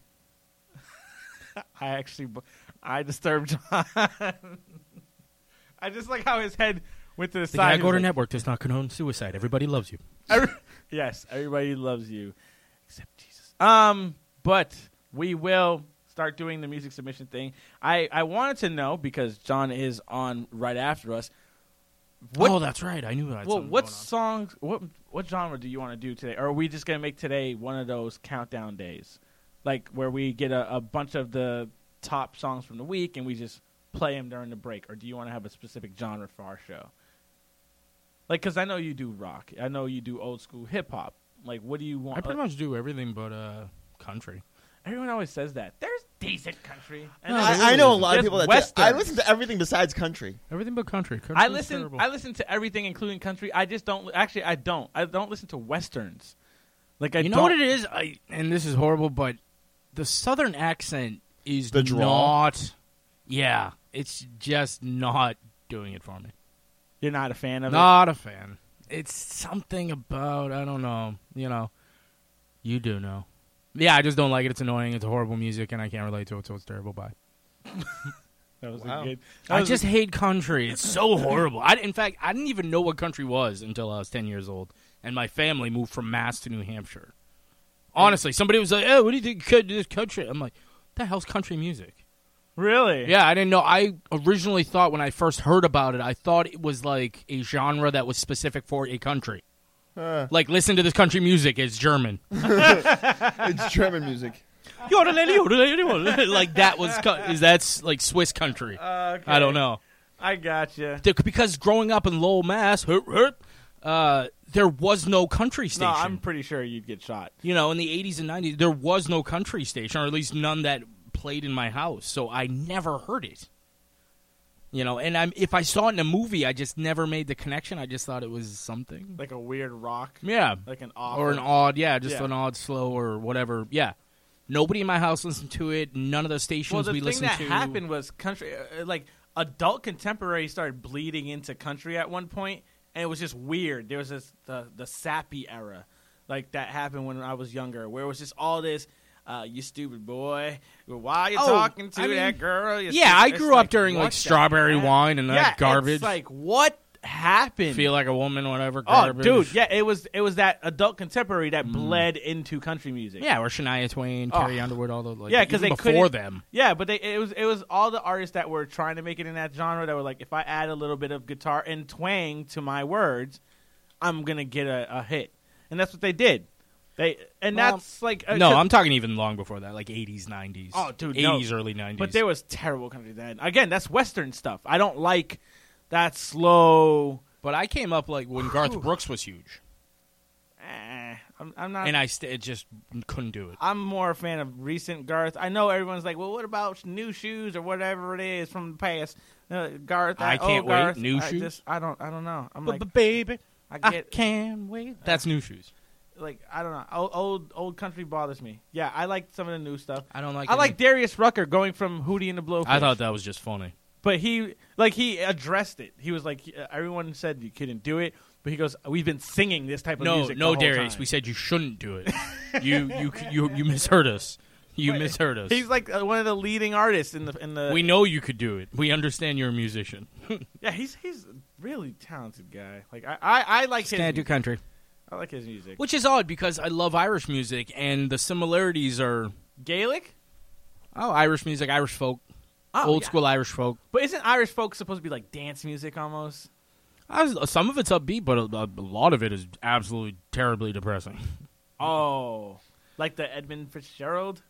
I actually, bu- I disturbed John. I just like how his head went to the,
The Gag
side. he was
Order
like,
Network does not condone suicide. Everybody loves you.
Every- yes, everybody loves you except Jesus. Um, but we will start doing the music submission thing. I I wanted to know because John is on right after us.
Oh, that's right. I knew I had
Well,
something
what
going on.
songs? What what genre do you want to do today? Or are we just gonna make today one of those countdown days, like where we get a, a bunch of the top songs from the week and we just play them during the break? Or do you want to have a specific genre for our show? Like, because I know you do rock. I know you do old school hip hop. Like, what do you want?
I pretty much do everything but uh, country.
Everyone always says that. There's decent country.
No,
there's-
there
I know a lot of
there's
people that do. I
Westerns.
listen to everything besides country.
Everything but country. country
I
is
listen.
terrible.
I listen to everything, including country. I just don't. Actually, I don't. I don't listen to westerns. Like I
you know
don't-
what it is, I and this is horrible, but the southern accent is
The drawl?
not. Yeah, it's just not doing it for me.
You're not a fan of
Not
it.
a fan. It's something about I don't know. You know, you do know. Yeah, I just don't like it. It's annoying. It's horrible music, and I can't relate to it, so it's terrible. Bye.
That was
Wow.
a good. that
I
was a-
just hate country. It's so horrible. I in fact I didn't even know what country was until I was ten years old, and my family moved from Mass to New Hampshire. Honestly, somebody was like, "Oh, what do you think could this country?" I'm like, "The hell's country music?"
Really?
Yeah, I didn't know. I originally thought when I first heard about it, I thought it was like a genre that was specific for a country.
Huh.
Like, listen to this country music. It's German.
it's German music.
like that was co- is that's like Swiss country. I don't know.
I gotcha.
Th- because growing up in Lowell, Mass, herp, herp, uh, there was no country station.
No, I'm pretty sure you'd get shot.
You know, in the 80s and 90s, there was no country station, or at least none that played in my house, so I never heard it. You know, and I'm if I saw it in a movie, I just never made the connection. I just thought it was something.
Like a weird rock.
Yeah.
Like an off
or an odd, yeah, just an odd slow or whatever. Yeah. Nobody in my house listened to it. None of the stations
Well, the
we
thing
listened
that
to.
happened was country, uh, uh, like adult contemporary started bleeding into country at one point, and it was just weird. There was this the the sappy era, like that happened when I was younger, where it was just all this. Uh, you stupid boy! Why you
Oh,
talking to
I mean-
that girl? You
yeah,
stupid-"
I
It's
grew up
like,
during like
what the
strawberry
heck?
wine and
Yeah,
that garbage.
It's like what happened?
Feel like a woman, whatever.
oh,
Garbage. Mm.
dude, yeah, it was it was that adult contemporary that bled into country music.
Yeah, or Shania Twain,
Oh.
Carrie Underwood, all those. Like,
yeah, because
even
they
before
couldn't-
them.
Yeah, but they it was it was all the artists that were trying to make it in that genre that were like, if I add a little bit of guitar and twang to my words, I'm gonna get a, a hit, and that's what they did. They and
Well,
that's like uh,
no,
'cause-
I'm talking even long before that, like 80s, 90s.
oh dude
80s,
no.
early 90s.
But there was terrible country then. Again, that's Western stuff. I don't like that slow.
But I came up like when Garth Brooks was huge,
eh, I'm, I'm not.
and I st- it just couldn't do it.
I'm more a fan of recent Garth. I know everyone's like, well, what about new shoes or whatever it is from the past? Uh, Garth,
I
that
can't
old
wait.
Garth,
New
I
shoes?
Just, I don't. I don't know. I'm like,
baby,
I
I
get
can't wait. That's new shoes.
like I don't know. Old, old old country bothers me. Yeah, I like some of the new stuff.
I don't like
I
any-
like Darius Rucker going from Hootie and the Blowfish.
I thought that was just funny.
but he like he addressed it. He was like, he- everyone said you couldn't do it, but he goes, we've been singing this type of
No,
music.
no,
the whole
Darius,
time."
we said you shouldn't do it. you, you, you, you misheard us. You misheard us.
He's like uh, one of the leading artists in the in the.
we know you could do it. We understand you're a musician.
Yeah, he's he's a really talented guy. Like I I, I like his
Stand your
music.
country.
I like his music.
Which is odd because I love Irish music, and the similarities are
Gaelic?
oh, Irish music, Irish folk,
Oh,
old
yeah.
school Irish folk.
But isn't Irish folk supposed to be like dance music almost?
I was, some of it's upbeat, but a, a lot of it is absolutely terribly depressing.
Oh, like the Edmund Fitzgerald.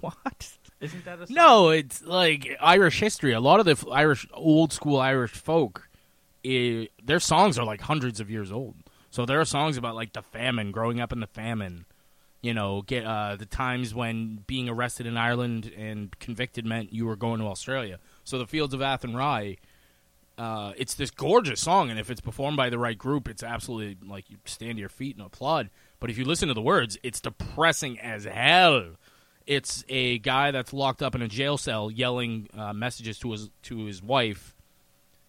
what?
Isn't that a song?
No, it's like Irish history. A lot of the f- Irish, old school Irish folk, i their songs are like hundreds of years old. So there are songs about like the famine, growing up in the famine. You know, get uh, the times when being arrested in Ireland and convicted meant you were going to Australia. So the fields of Athenry, uh, it's this gorgeous song, and if it's performed by the right group, it's absolutely like you stand to your feet and applaud. But if you listen to the words, it's depressing as hell. It's a guy that's locked up in a jail cell yelling uh, messages to his to his wife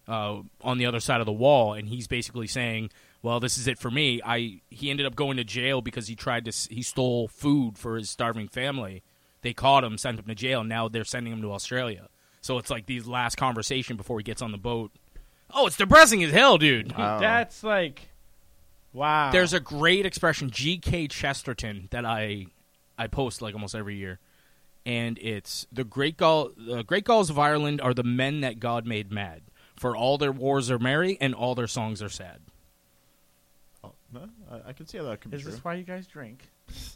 uh, on the other side of the wall, and he's basically saying, "Well, this is it for me." I he ended up going to jail because he tried to s- he stole food for his starving family. They caught him, sent him to jail. Now they're sending him to Australia. So it's like these last conversation before he gets on the boat. Oh, it's depressing as hell, dude.
That's like, wow.
There's a great expression, G.K. Chesterton, that I I post like almost every year, and it's the great Gaul, the great Gauls of Ireland are the men that God made mad, for all their wars are merry and all their songs are sad.
Oh, No, I, I can see how that could be
Is
true.
this why you guys drink?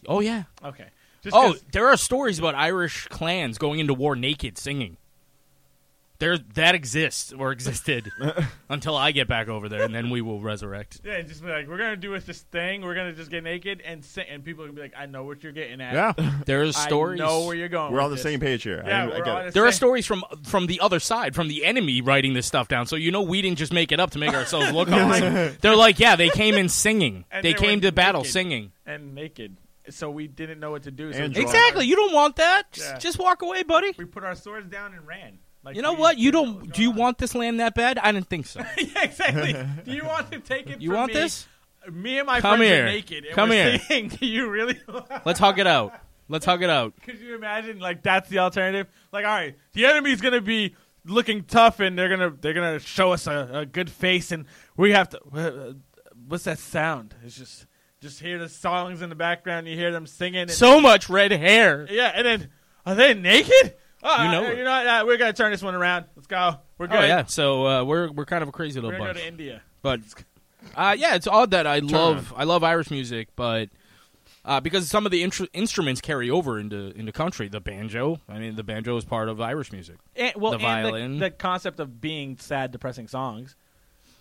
Oh yeah.
Okay.
oh,
'cause-
there are stories about Irish clans going into war naked singing. There, that exists or existed until I get back over there, and then we will resurrect.
Yeah, just be like, we're gonna do this thing. We're gonna just get naked and sing, and people are gonna be like, I know what you're getting at.
there's
I
stories.
know where you're
Oh,
going.
We're
with
on the
this.
same page here. I-
Yeah,
I
we're
get
on
it.
the
There are
same-
stories from from the other side, from the enemy writing this stuff down. So you know we didn't just make it up to make ourselves look awesome. They're like, yeah, they came in singing.
And
they
they
came
went
to battle
naked.
singing.
and naked. So we didn't know what to do. So
And
we-
drunk.
Exactly. You don't want that. Just,
Yeah.
just walk away, buddy.
We put our swords down and ran. Like
You know
we-
what? You don't. Do you want this land that bad? I didn't think so.
yeah, exactly. Do you want to take it?
You
from
want
me?
this?
Me and my
Come
friends
here.
are naked. And
Come
we're
here.
Singing. Do you really?
Let's hug it out. Let's hug it out.
Could you imagine? Like that's the alternative. Like all right, the enemy's gonna be looking tough, and they're gonna they're gonna show us a, a good face, and we have to. uh, What's that sound? It's just just hear the songs in the background. You hear them singing. And,
So much red hair.
yeah, and then are they naked? Oh,
You know
uh,
it.
you know what? Uh, we're gonna turn this one around. Let's go. We're good.
Oh yeah. So uh, we're we're kind of a crazy
We're
little
gonna go
bunch.
to India.
But uh, yeah, it's odd that I love I love Irish music, but uh, because some of the intr- instruments carry over into into country, the banjo. I mean, the banjo is part of Irish music.
And, well,
The
and
violin.
the concept of being sad, depressing songs.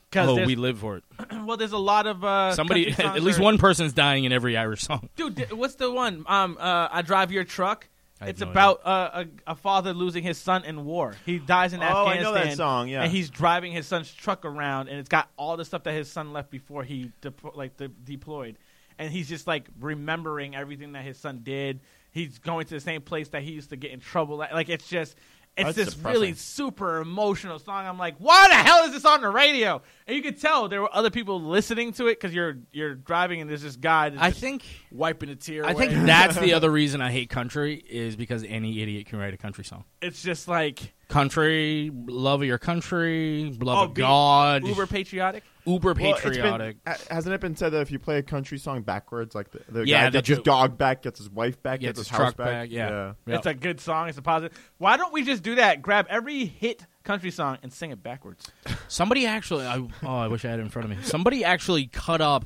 Because
Oh, we live for it.
well, there's a lot of uh,
Somebody,
country songs
at least
are-
one person's dying in every Irish song.
Dude, di- what's the one? Um, uh, I drive your truck.
I have
It's
no
about uh, a, a father losing his son in war. He dies in
Oh, I
Afghanistan.
know that song, yeah.
and he's driving his son's truck around, and it's got all the stuff that his son left before he deplo like de- deployed, and he's just like remembering everything that his son did. He's going to the same place that he used to get in trouble. At. Like it's just. It's
That's
this
depressing.
really super emotional song. I'm like, why the hell is this on the radio? And you could tell there were other people listening to it because you're you're driving and there's this guy. That's
I
just
think
wiping a tear.
I think
away.
that's the other reason I hate country is because any idiot can write a country song.
It's just like
Country, love of your country, love
Oh,
of
be
God,
uber patriotic.
uber
Well, it's been-
patriotic.
ha- hasn't it been said that if you play a country song backwards, like the, the
Yeah,
guy
the
gets his
jo-
dog back, gets his wife back,
Gets
gets his
his
house
truck back, yeah. Yeah.
It's a good song. It's a positive. Why don't we just do that? Grab every hit country song and sing it backwards.
Somebody actually, I, oh, I wish I had it in front of me. Somebody actually cut up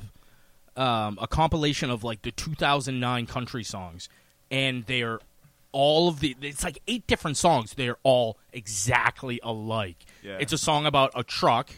um, a compilation of like the 2009 country songs, and they're all of the. It's like eight different songs. They're all exactly alike.
Yeah.
It's a song about a truck.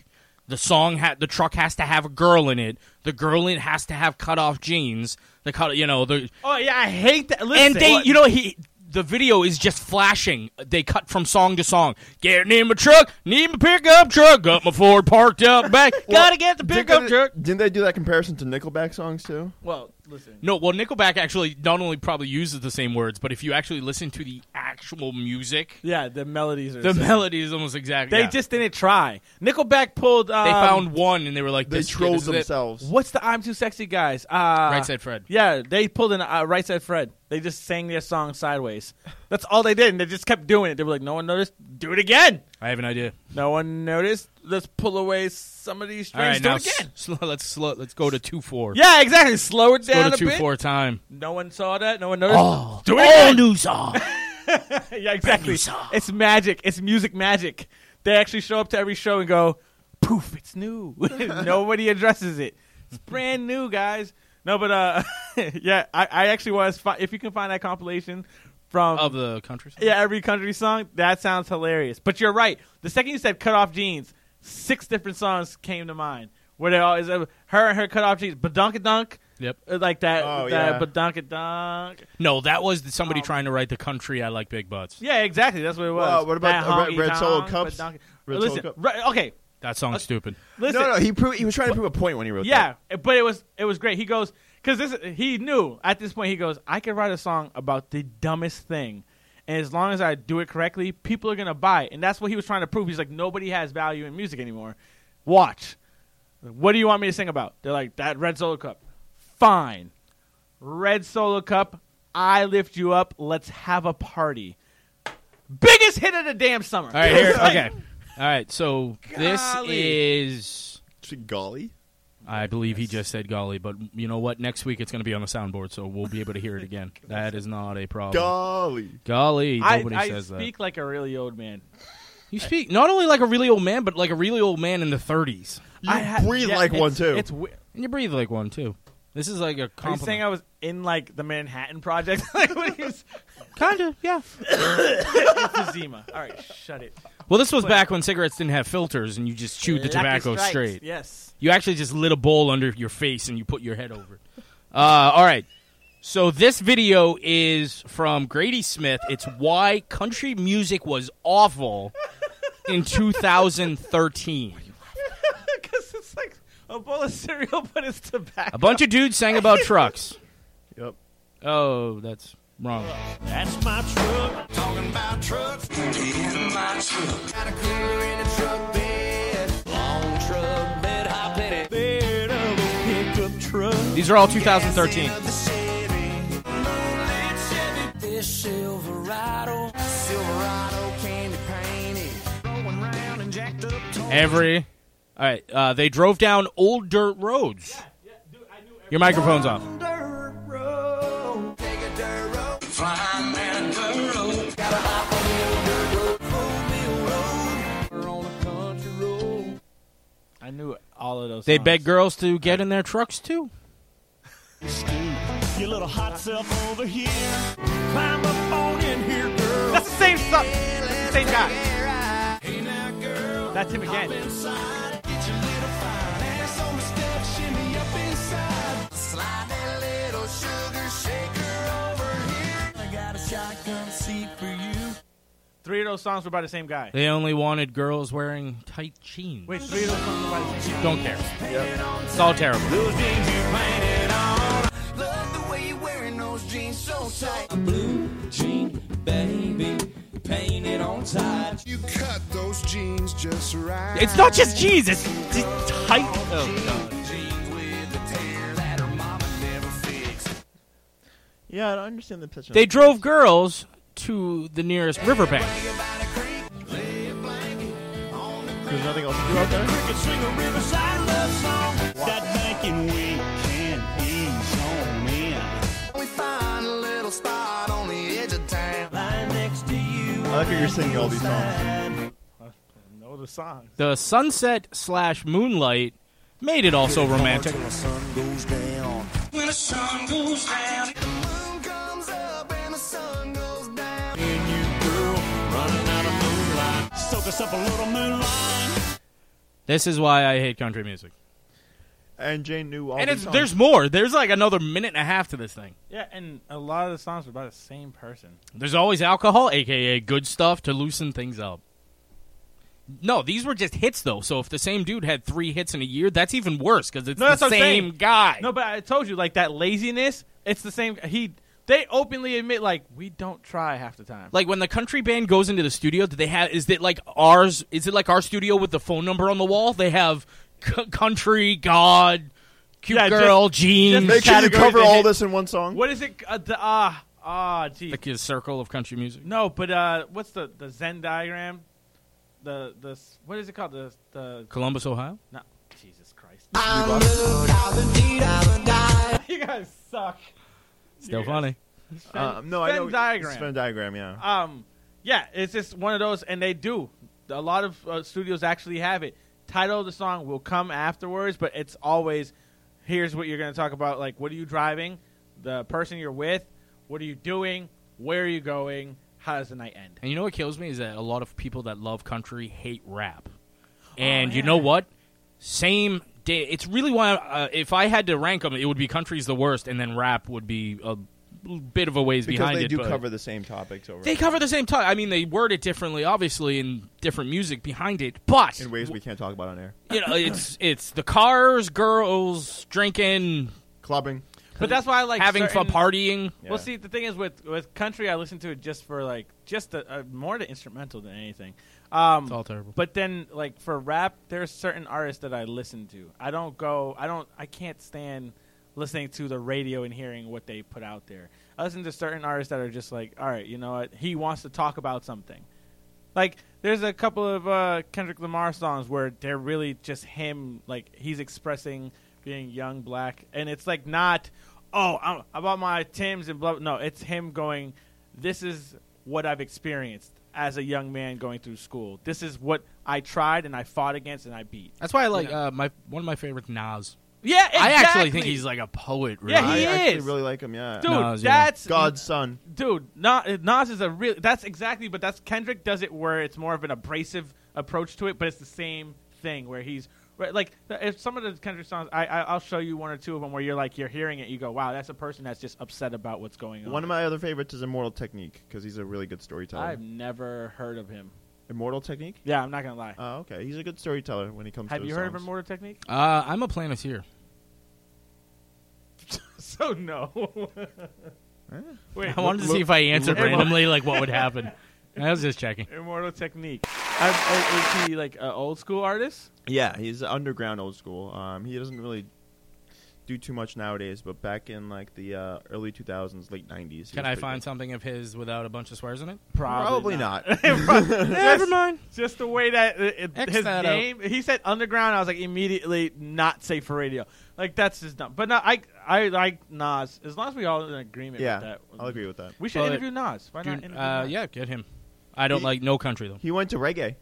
The song ha- the truck has to have a girl in it. The girl in it has to have cut off jeans. The cut, you know, the
Oh yeah, I hate that.
and they, you know, he the video is just flashing. They cut from song to song. Getting in my truck, need my pickup truck, got my Ford parked out back. Gotta get the
Didn't
pickup
they-
truck.
Didn't they do that comparison to Nickelback songs too?
Well, listen.
No, well, Nickelback actually not only probably uses the same words, but if you actually listen to the actual music,
Yeah, the melodies are
the
same.
melody is almost exactly.
They
yeah.
just didn't try. Nickelback pulled. Um,
they found one and they were like,
They
this,
trolled
this is it.
themselves.
What's the I'm Too Sexy guys? Uh, right
Said Fred.
Yeah, they pulled in uh, Right Said Fred. They just sang their song sideways. That's all they did, and they just kept doing it. They were like, no one noticed. Do it again.
I have an idea.
No one noticed. Let's pull away some of these
All
strings.
right,
do
now
it again.
s- slow, let's slow, let's go to two four.
Yeah, exactly. Slow it
Let's
down
go to
a
two
bit.
four time.
No one saw that. No one noticed.
Oh,
Do it
all
again.
new song.
yeah, exactly. It's magic. It's music magic. They actually show up to every show and go, poof, it's new. Nobody addresses it. It's brand new, guys. No, but uh, yeah, I, I actually was. Fi- if you can find that compilation from
Of the country song?
yeah, every country song, that sounds hilarious. But you're right. The second you said "cut off jeans," six different songs came to mind. Where they always uh, her and her cut off jeans, badunka dunk.
Yep.
like that.
Oh,
that
yeah.
badunka dunk.
No, that was somebody
Oh.
trying to write the country. I like big butts.
Yeah, exactly. That's what it was.
Well, what about
That
the Red-
honky
Red Solo
tonk,
Cups?
but donk-
Red
listen,
Solo Cup.
right- okay,
That
Uh,
song's stupid.
listen.
No, no, he pro- he was trying to prove a point when he wrote
yeah, eh, but it was it was great. He goes because this he knew at this point. He goes, I could write a song about the dumbest thing, and as long as I do it correctly, people are gonna buy it. And that's what he was trying to prove. He's like, nobody has value in music anymore. Watch. What do you want me to sing about? They're like that Red Solo Cup. Fine. Red Solo Cup. I lift you up. Let's have a party. Biggest hit of the damn summer.
All right, here.
It's like-
Okay. All right. So this
Golly.
is.
Golly.
I believe he just said golly, but you know what? Next week it's going to be on the soundboard, so we'll be able to hear it again. that is not a problem.
Golly.
golly,
I,
nobody
I
says
speak like a really old man.
that. You speak not only like a really old man, but like a really old man in the 30s.
You
I ha-
breathe
yeah,
like
it's-
one too.
It's we-
And you breathe like one, too. This is like a
are you saying
compliment.
I was in like the Manhattan Project? like what is
kind of, yeah.
emphysema? All right, shut it.
Well, this was back when cigarettes didn't have filters and you just chewed the
Lucky
tobacco
strikes,
straight.
Yes.
You actually just lit a bowl under your face and you put your head over. it. Uh, all right. So this video is from Grady Smith. It's why country music was awful in 2013.
Because it's like a bowl of cereal, but it's tobacco.
A bunch of dudes sang about trucks.
Yep.
Oh, that's wrong.
That's my truck.
Talking about trucks. In my truck. Got a cooler in a truck bed. Long truck bed. Hop in it. Bed of a pickup truck.
These are all 2013.
This Silverado. Silverado candy painted. Rolling round and jacked up.
Every. All right. Uh, they drove down old dirt roads. Your microphone's off.
I knew all of those.
They
songs.
beg girls to get in their trucks too.
Your little hot self over here. Climb up on in here, girl.
That's the same stuff. Same guy. That's him again.
I got a shotgun
Three of those songs were by the same guy.
They only wanted girls wearing tight jeans.
Wait, three of those songs were by the same guy.
Don't care. It's all terrible.
Blue jean, baby, painted on tight. You cut those jeans just right.
It's not just jeans, it's, it's tight.
Oh.
Yeah, I don't understand the pitch.
They drove girls to the nearest riverbank.
There's nothing else to do out there.
could swing a riverside love song that making we can ease on in. We find a little spot on the edge of town. Lying next to you.
I like how you're singing all these songs.
Know the song.
The sunset slash moonlight made it also romantic.
When the sun goes down. The moon comes up and the sun goes down. And you girl running out of moonlight. Soak us up a little moonlight.
This is why I hate country music.
And Jane knew all
and
these
it's,
songs.
there's more. There's like another minute and a half to this thing.
Yeah, and a lot of the songs were by the same person.
There's always alcohol, aka good stuff, to loosen things up. No, these were just hits though. So if the same dude had three hits in a year, that's even worse because it's
No,
the
that's what I'm
same
saying.
guy.
No, but I told you, like that laziness. It's the same. He they openly admit, like we don't try half the time.
Like when the country band goes into the studio, do they have? Is it like ours? Is it like our studio with the phone number on the wall? They have c- country, God, cute
Yeah, just-
girl,
just
jeans.
Make sure you
categories
cover
they
all
hit.
this in one song.
What is it? Uh, the ah ah geez.
Like a circle of country music.
no, but uh, what's the the Zen diagram? The the s- what is it called? The the
Columbus, Ohio.
no. Jesus Christ!
I
you guys suck.
Still funny.
Um, no, I
Venn
know.
diagram.
Spend diagram, yeah.
Um, yeah, it's just one of those, and they do. A lot of uh, studios actually have it. Title of the song will come afterwards, but it's always here's what you're going to talk about. Like, what are you driving? The person you're with? What are you doing? Where are you going? How does the night end?
And you know what kills me is that a lot of people that love country hate rap. And you know what? Same day. It's really why uh, if I had to rank them, it would be country's the worst, and then rap would be a l- bit of a ways
because
behind
they
it.
do
but
cover the same topics over
they cover the same topic. I mean, they word it differently, obviously, and different music behind it. But
in ways we can't talk about on air.
you know, it's it's the cars, girls, drinking,
Clubbing.
But that's why I like
having
certain-
fun, partying.
Well, see, the thing is with with country, I listen to it just for like just the, uh, more the instrumental than anything. Um,
It's all terrible.
But then, like for rap, there's certain artists that I listen to. I don't go. I don't. I can't stand listening to the radio and hearing what they put out there. I listen to certain artists that are just like, all right, you know what? He wants to talk about something. Like there's a couple of uh, Kendrick Lamar songs where they're really just him, like he's expressing being young, black, and it's like not, oh, I'm about my Tims and blah. No, it's him going, this is what I've experienced as a young man going through school. This is what I tried and I fought against and I beat.
That's why I like
Yeah.
uh, my one of my favorite Nas.
Yeah,
I actually
exactly.
think he's like a poet. Really.
Yeah,
I
he
actually
is.
really like him, yeah.
Dude,
Nas, yeah.
that's
God's son.
dude, Na- Nas is a real. That's exactly, but that's Kendrick does it where it's more of an abrasive approach to it, but it's the same thing where he's right, like if some of the Kendrick songs, I, I I'll show you one or two of them where you're like you're hearing it, you go, wow, that's a person that's just upset about what's going on.
One of my other favorites is Immortal Technique because he's a really good storyteller.
I've never heard of him.
Immortal Technique?
Yeah, I'm not gonna lie.
Oh, okay. He's a good storyteller when he comes
Have
to
you
his
heard of
songs.
Immortal Technique?
Uh, I'm a planeteer.
so no. Wait,
I wanted to
look-
see if I answered
look-
randomly, like what would happen. I was just checking.
Immortal Technique. I, I- is he like an old school artist?
Yeah, he's underground old school. Um, he doesn't really do too much nowadays, but back in like the uh, early 2000s, late 90s. he
Can
was
I
pretty
find
good.
something of his without a bunch of swears in it?
Probably not.
Never mind.
Just the way that uh, it, it-
X
his
that out.
name, he said underground. I was like immediately not safe for radio. Like that's just dumb. But no, I I like Nas. As long as we all in agreement
yeah,
with that,
I'll agree with that.
We should
But-
interview Nas. Why not?
Dude,
Interview
uh,
Nas?
yeah, get him. I don't like no country though.
He went to reggae.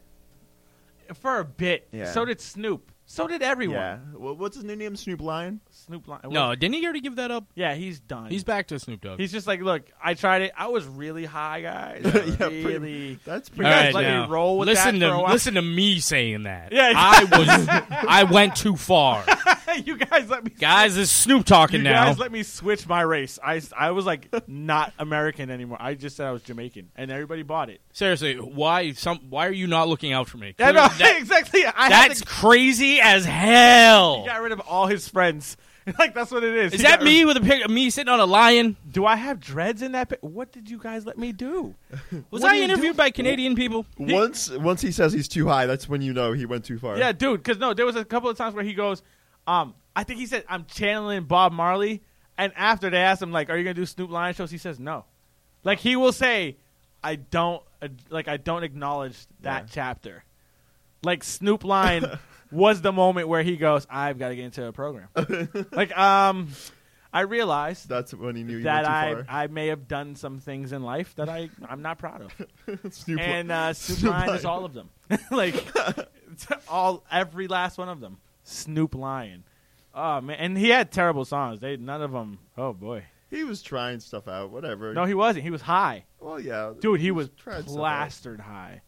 for a bit.
Yeah.
So did Snoop. So did everyone.
Yeah. Wha- What's his new name? Snoop Lion?
Snoop. Lion-
No, didn't he already give that up?
Yeah, he's done.
He's back to Snoop Dogg.
He's just like, look, I tried it. I was really high, guys. I
Yeah, pretty-
really.
That's
You
pretty
guys
All
let
now,
me roll with
listen
that
to
for a while.
listen to me saying that.
Yeah,
I was I went too far.
you guys let me.
Guys, this is Snoop talking
you
now.
guys let me switch my race. I, s- I was like not American anymore. I just said I was Jamaican, and everybody bought it.
Seriously, why some? Why are you not looking out for me?
I know,
That-
exactly. I had
that's
to-
crazy as hell.
He got rid of all his friends. like that's what it is.
Is
He
that
got
me with a pic? Me sitting on a lion?
Do I have dreads in that? Pic? What did you guys let me do?
Was
What
I
do you do?
interviewed by Canadian people?
Once once he says he's too high, that's when you know he went too far.
Yeah, dude. Because no, there was a couple of times where he goes, um, I think he said I'm channeling Bob Marley, and after they asked him like, Are you gonna do Snoop Lion shows? He says no. Like he will say, I don't uh, like I don't acknowledge that chapter. Like Snoop Lion was the moment where he goes, I've got to get into a program. like um, I realized
that's when he knew you
that
went too
I
far.
I may have done some things in life that I I'm not proud of.
Snoop Li-
and uh, Snoop,
Snoop
Lion is
Lion.
all of them. like it's all every last one of them. Snoop Lion. Oh man, and he had terrible songs. They none of them. Oh boy.
He was trying stuff out. Whatever.
No, he wasn't. He was high.
Well, yeah,
Dude, he was
tried stuff out.
plastered high.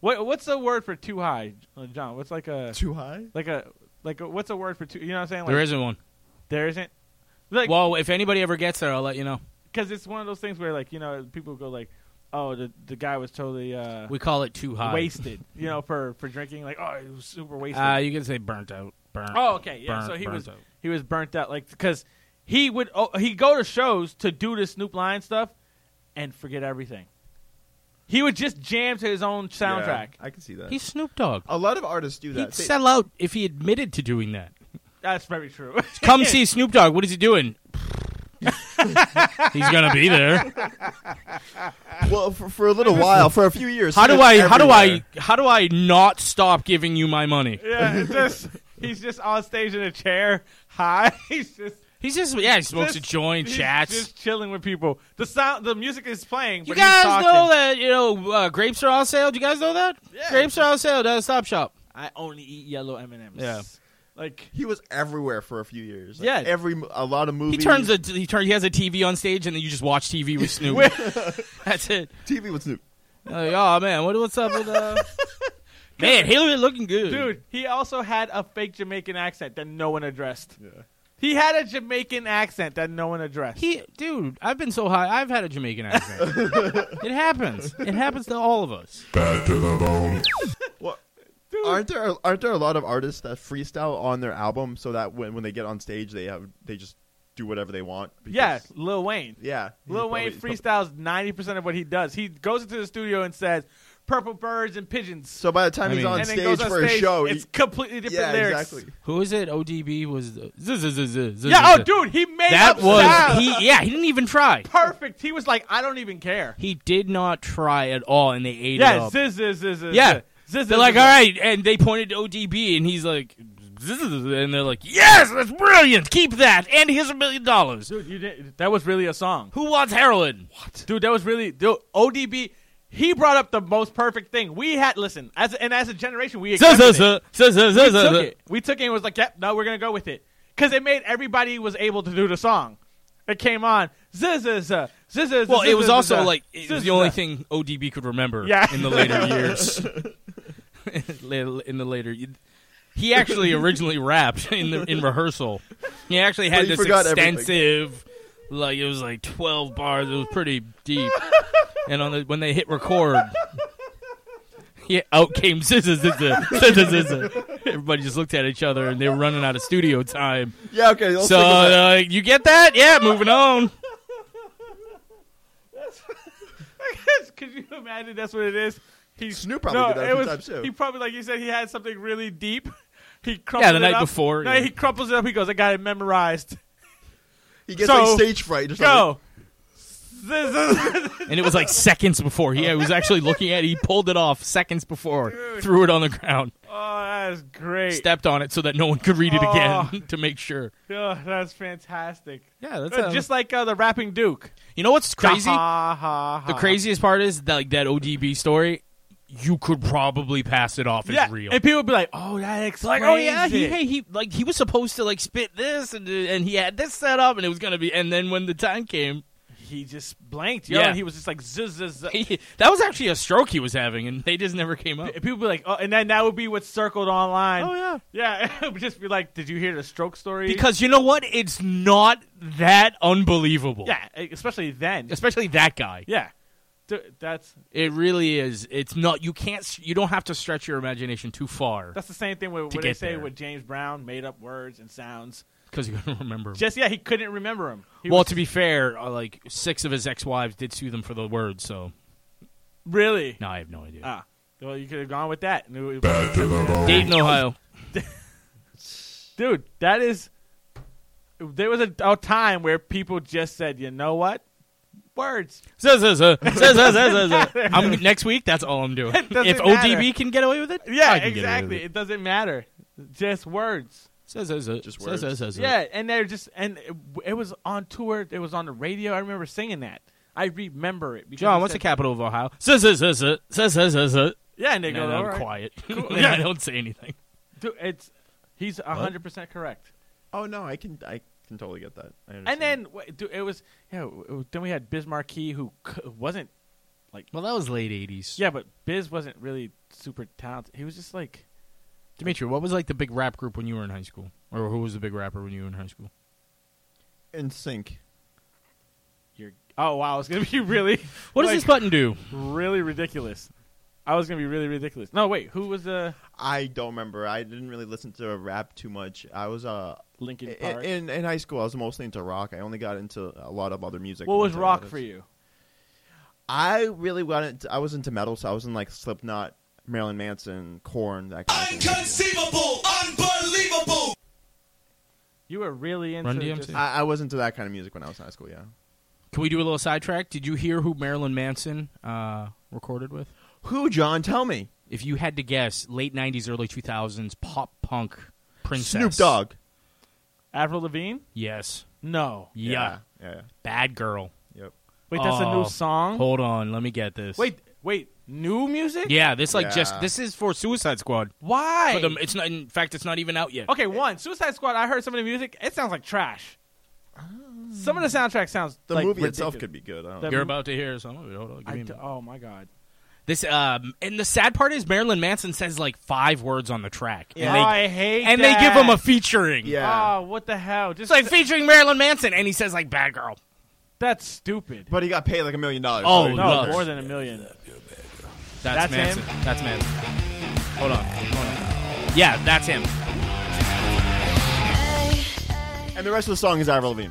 What what's the word for too high, uh, John? What's like a
too high?
Like a like a, what's a word for too? You know what I'm saying? Like,
There isn't one.
There isn't. Like,
well, if anybody ever gets there, I'll let you know.
because it's one of those things where like you know people go like oh the the guy was totally uh
We call it too high.
wasted you know for for drinking like oh he was super wasted
Uh, you can say burnt out. Burnt.
oh okay yeah
burnt-
so he
burnt
was
out.
he was burnt out like because he would oh, he go to shows to do the Snoop Lion stuff and forget everything he would just jam to his own soundtrack
I can see that.
He's Snoop Dogg.
A lot of artists do
He'd sell out if he admitted to doing that.
that's very true
Come see Snoop Dogg. What is he doing? He's gonna be there.
well, for, for a little while, for a few years.
How
he
do
was
I? How do I?
everywhere.
How do I not stop giving you my money?
yeah it's just he's just on stage in a chair high he's just
He's just yeah. He smokes
Just-
a joint,
he's
chats.
just chilling with people. The sound, the music is playing.
you
but he's
guys
talking.
know that you know uh, grapes are on sale. Do you guys know that grapes are on sale at a Stop Shop?
I only eat yellow M and M's.
Yeah.
like
He was everywhere for a few years. Like,
Yeah.
every m- a lot of
He
movies.
turns a he turn he has a TV on stage, and then you just watch TV with Snoop. That's it.
TV with Snoop.
Like, oh man, what, what's up with uh? man, Hillary looking good,
dude. He also had a fake Jamaican accent that no one addressed. Yeah. He had a Jamaican accent that no one addressed.
He, dude, I've been so high. I've had a Jamaican accent. it happens. It happens to all of us.
Bad to the bone. Aren't there aren't there a lot of artists that freestyle on their album so that when, when they get on stage they have they just do whatever they want?
yeah, Lil Wayne.
Yeah,
Lil Wayne freestyles ninety percent of what he does. He goes into the studio and says, "Purple birds and pigeons."
So by the time he's on
and then
stage
goes on
for a show,
it's
he-
completely different
yeah,
lyrics.
exactly.
Who is it? ODB was the, z- z- z- z- z-
Yeah,
z-
oh, dude, he made
That
up
was
sounds.
he. Yeah, he didn't even try.
perfect. He was like, I don't even care.
He did not try at all, and they ate it
Yeah,
up.
ziz, ziz, ziz, ziz,
yeah,
ziz,
they're
ziz,
like,
ziz.
all right, and they pointed to ODB, and he's like, "Z- z- z-" and they're like, yes, that's brilliant. Keep that, and here's a million dollars.
Dude, you did, that was really a song.
Who wants heroin?
Dude, that was really dude, ODB. He brought up the most perfect thing. We had listen as and as a generation we
Z- z-
accepted
z-
it.
z- z-
We
z-
took
z-
it. We took it and was like, yep, no, we're gonna go with it because it made everybody was able to do the song. It came on. Ziz, ziz, ziz, ziz, ziz,
Well, it was
ziz,
also
ziz,
like it
ziz,
was the only
ziz.
thing ODB could remember
Yeah.
in the later years. La- in the later, he actually originally rapped in the in rehearsal. He actually
But
had
he
this
forgot everything.
extensive, like it was like twelve bars. It was pretty deep. and on the when they hit record, yeah, out came zizza zizza zizza zizza. Everybody just looked at each other and they were running out of studio time.
Yeah, okay. I'll
So
stick with that.
uh, you get that? Yeah, moving on.
Could you imagine that's what it is? He,
Snoop probably
no,
did that a
it
few
was-
times, too.
He probably, like you said, he had something really deep. He crumpled
the
it
night
up.
before,
No,
yeah.
he crumples it up. He goes, "I got it memorized."
he gets
so,
like stage fright. Or something.
Go. This is-
and it was like seconds before he was actually looking at it. He pulled it off seconds before, threw it on the ground,
oh, that's great.
stepped on it so that no one could read it
Oh.
again to make sure.
Oh, that's fantastic.
Yeah, that's
Uh,
how-
just like uh, the rapping Duke.
You know what's crazy?
Ha, ha, ha.
The craziest part is that, like that ODB story. You could probably pass it off
Yeah,
as real.
and people would be like, "Oh, that
like,
explains
oh yeah,
it.
he hey, he like he was supposed to like spit this and and he had this set up and it was gonna be and then when the time came,
he just blanked, yo.
Yeah.
And he was just like zzz, zzz, zzz.
that was actually a stroke he was having, and they just never came up.
People be like, oh, and then that would be what circled online.
Oh, yeah.
yeah. it would just be like, did you hear the stroke story?
Because you know what? It's not that unbelievable.
yeah, e, especially then,
Especially that guy.
yeah, Th- that's
It really is. It's not. You can't. s- You don't have to stretch your imagination too far
that's the same thing with
To
what they
get
say
there.
with James Brown made up words and sounds.
because you're gonna remember.
Just yeah, he couldn't remember them. He
well,
was-
to be fair, uh, like six of his ex-wives did sue them for the word. So
really,
no, I have no idea.
ah, well, you could have gone with that. And it was- Uh,
Dayton, Ohio.
dude that is there was a, a time where people just said you know what words
Zzz, zzz, zzz, zzz, zzz, zzz, zzz. I'm, next week, that's all I'm doing.
It doesn't
If
matter.
ODB can get away with it,
yeah
I can get away with
exactly it doesn't matter just words
it. Just words.
yeah and they're just and it, it was on tour it was on the radio i remember singing that i remember it because
John,
it
what's the
said-
capital of Ohio? Zzz, zzz, zzz, zzz, zzz, zzz, zzz, zzz.
yeah and they go
then
all
I'm
right.
quiet.
Cool.
Then I
yeah
don't say anything.
dude, it's he's 100% correct
Oh no, I can I can totally get that. I
and
understand.
then wh- dude, it was yeah it was- then we had biz marquee who c- wasn't
Well, that was late 80s.
yeah but biz wasn't really super talented he was just like
Dimitri, what was like the big rap group when you were in high school? Or who was the big rapper when you were in high school?
in sync.
You're oh wow, it's gonna be really.
What does
like,
this button do?
Really ridiculous. I was gonna be really ridiculous. No, wait, who was uh, the
I don't remember. I didn't really listen to rap too much. I was uh
Lincoln
in,
Park?
in in high school. I was mostly into rock. I only got into a lot of other music.
what was
once I
rock
realized.
for you?
I really got into. I was into metal, so I was in like Slipknot, Marilyn Manson, Corn, that kind of thing.
Inconceivable, unbelievable.
You were really into.
Run DMC?
just-
I, I was into that kind of music when I was in high school. Yeah.
Can we do a little sidetrack? Did you hear who Marilyn Manson uh, recorded with?
Who, John? Tell me.
If you had to guess, late 90s, early 2000s, pop punk princess.
Snoop Dogg.
Avril Lavigne?
Yes.
No.
Yeah.
Yeah. yeah.
Bad girl.
Yep.
Wait, that's a
Oh,
new song.
Hold on, let me get this.
Wait, wait, new music?
Yeah, this like just
Yeah.
this is for Suicide Squad.
Why?
For them, it's not. In fact, it's not even out yet.
okay, one Suicide Squad. I heard some of the music. It sounds like trash. Some of the soundtrack sounds
The
like
movie itself could
ridiculous.
be good. I don't
The-
know.
You're about to hear some of it. Hold on, give
I
me a
d-
minute.
oh my god.
this. Um, and the sad part is Marilyn Manson says like five words on the track,
Yeah.
and
Oh,
they
I hate.
and they give him a
that.
featuring.
Yeah.
Oh, what the hell?
it's
Just
like featuring Marilyn Manson, and he says like "bad girl."
that's stupid.
But he got paid like a million dollars.
Oh,
so he-
No,
Look.
more than a million.
That's,
That's
Manson.
him?
That's Manson. Hold on, hold on. Yeah, that's him.
And the rest of the song is Avril Lavigne.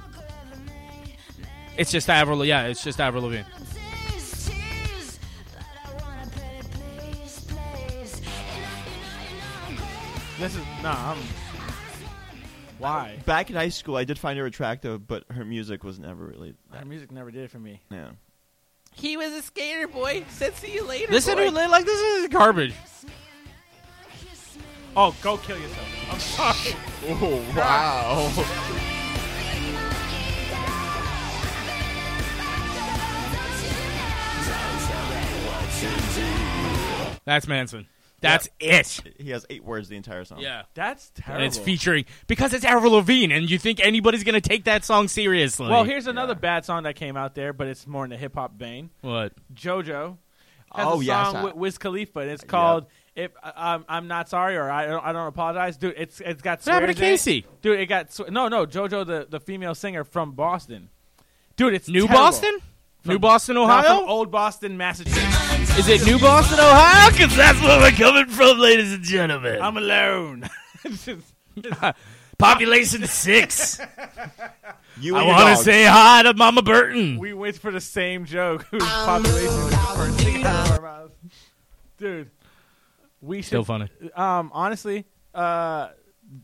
It's just Avril. Yeah, it's just Avril Lavigne.
This is nah. I'm, why?
Back in high school, I did find her attractive, but her music was never really.
Her music never did it for me.
Yeah.
He was a skater boy. Said see you later.
Listen to it, like this is garbage.
Oh, go kill yourself. I'm sorry.
Oh wow.
That's Manson. That's it.
he has eight words the entire song.
Yeah.
That's terrible.
And it's featuring because it's Avril Lavigne, and you think anybody's gonna take that song seriously?
Well, here's another bad song that came out there, but it's more in the hip hop vein.
what
JoJo has
Oh,
a
yes,
song
I-
with Wiz Khalifa, and it's called "If I- I'm, I'm Not Sorry" or "I Don't, I don't Apologize." Dude, it's it's got
What happened to
swears in it.
Casey?
Dude, it got swe- no, no. JoJo, the, the female singer from Boston. Dude, it's
New
terrible.
Boston, New Boston,
No,
Ohio.
from old Boston, Massachusetts.
Is it New Boston, Ohio? Because that's where we're coming
From, ladies and gentlemen,
I'm alone. It's just-
population six.
You
I
and your
want to
dog.
say hi to Mama Burton.
we went for the same joke. Whose population was the first thing out of our mouths. Dude, we should.
Still funny.
Um, honestly, uh,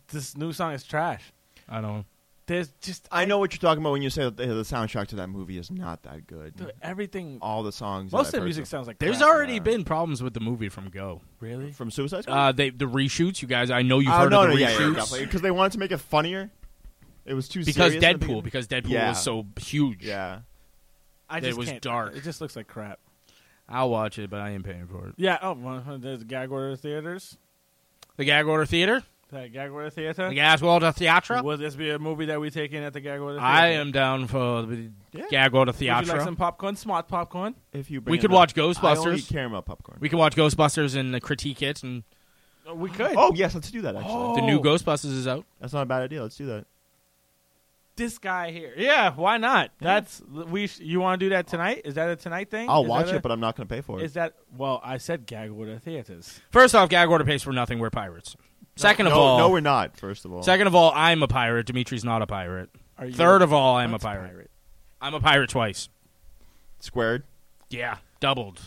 this new song is trash.
I don't.
There's just uh,
I know what you're talking about when you say that the, the soundtrack to that movie is not that good.
dude, everything.
All the songs.
Most
that
of the
I've heard
music
so-
sounds like
There's
crap.
already been problems with the movie from Go.
really.
from Suicide Squad.
Uh, they the reshoots. You guys, I know you've
oh
heard
no,
of
no,
the
yeah, yeah,
reshoots
definitely. Because they wanted to make it funnier. It was too
because
serious in the
Deadpool.
beginning.
Because Deadpool
Yeah.
was so huge.
yeah.
I
It
just
was
can't-
dark.
It just looks like crap.
I'll watch it, but I ain't paying for it.
Yeah. Oh, well, there's gag order theaters.
The Gag Order Theater.
That Gagwater Theater?
The Gaswater Theatre?
Will this be a movie that we take in at the Gagwater Theater?
I am down for the
Yeah.
Gagwater
Would you like
Theatre.
some popcorn? Smart popcorn?
If you
We could watch
I only eat
Ghostbusters.
caramel popcorn.
We could watch Ghostbusters and the critique it, and
We could.
Oh yes, let's do that. Actually,
the new Ghostbusters is out.
That's not a bad idea. Let's do that.
This guy here. Yeah, why not? That's we. Sh- you want to do that tonight? Is that a tonight thing?
I'll
Is
watch
that a-
it, but I'm not going to pay for it.
Is that well? I said Gagwater Theaters.
First off, Gagwater pays for nothing. We're pirates. Second of
no,
all,
no, we're not. First of all,
Second of all, I'm a pirate. Dimitri's not a pirate.
Are you-
Third of all, I'm a
That's a
pirate. I'm a pirate twice.
squared.
Yeah, doubled.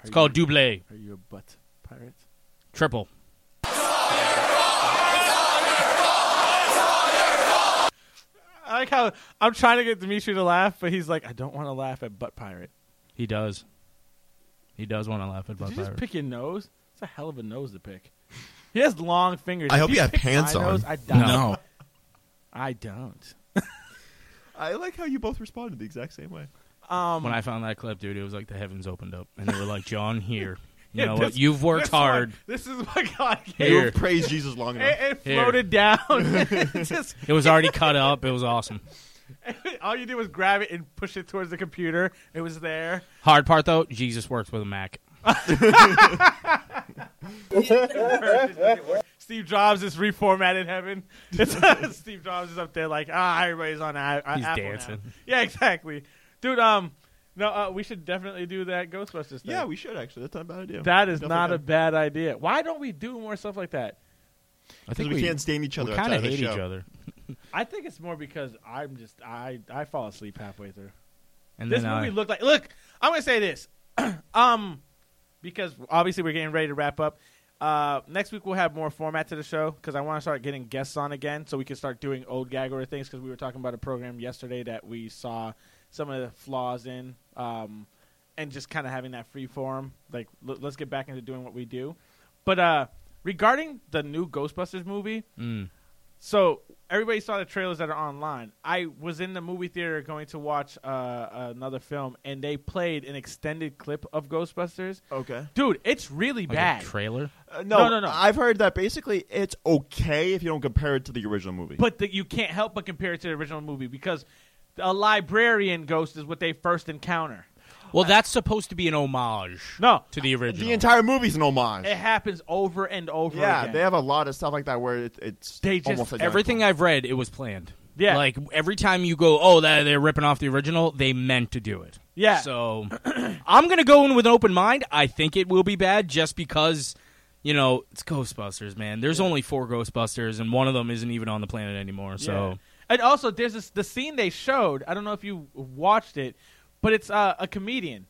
It's
you-
called double,
Are you a butt pirate?
triple.
I like how I'm trying to get Dimitri to laugh, but he's like, I don't want to laugh at butt pirate.
He does. He does want to laugh at
Did
Butt
you just
Pirate.
pick your nose? It's a hell of a nose to pick. He has long fingers.
I
If
hope you have
picked
pants
my
on.
Nose, I doubt
No.
it. I don't.
I like how you both responded the exact same way.
Um,
When I found that clip, dude, it was like the heavens opened up, and they were like, "John, here, you
Yeah,
know what?
Um, this-
You've worked
this one-
hard.
this is what God gave.
Here.
You praised Jesus long enough.
It, it
Here.
floated down. It just-
It was already cut up. It was awesome.
all you did was grab it and push it towards the computer. It was there.
Hard part though, Jesus works with a Mac.
Steve Jobs is reformatted heaven. It's, Steve Jobs is up there like, ah, everybody's on I, I,
He's
Apple now."
dancing.
Yeah, exactly, dude. Um, no, uh, we should definitely do that Ghostbusters. Thing.
yeah, we should actually. That's not a bad idea.
that is
Definitely
not a
good.
bad idea. Why don't we do more stuff like that?
I
'Cause
think
we, can't stand each other.
We kind
outside
of
of the
hate each
show.
other,
I think it's more because I'm just I I fall asleep halfway through.
and
this
then uh,
movie
I,
looked like look i'm gonna say this um because obviously we're getting ready to wrap up uh next week we'll have more format to the show because i want to start getting guests on again so we can start doing old gag order things because we were talking about a program yesterday that we saw some of the flaws in um and just kind of having that free form like l- let's get back into doing what we do but uh regarding the new ghostbusters movie
Mm.
so everybody saw the trailers that are online. I was in the movie theater going to watch uh, another film, and they played an extended clip of Ghostbusters.
Okay.
Dude, it's really
like
bad.
a trailer.
Uh,
No, no, no.
I've heard that basically it's okay if you don't compare it to the original movie.
but the, you can't help but compare it to the original movie because a librarian ghost is what they first encounter.
Well, that's supposed to be an homage
No,
to the original.
the entire movie's an homage.
it happens over and over.
yeah,
again.
they have a lot of stuff like that where it, it's
They just-
almost identical.
Everything I've read, it was planned.
Yeah.
Like every time you go, oh, that they're ripping off the original. They meant to do it.
Yeah.
So I'm gonna go in with an open mind. I think it will be bad, just because you know it's Ghostbusters, man. There's only four Ghostbusters, and one of them isn't even on the planet anymore.
Yeah.
So
and also there's this the scene they showed. I don't know if you watched it, but it's uh, a comedian,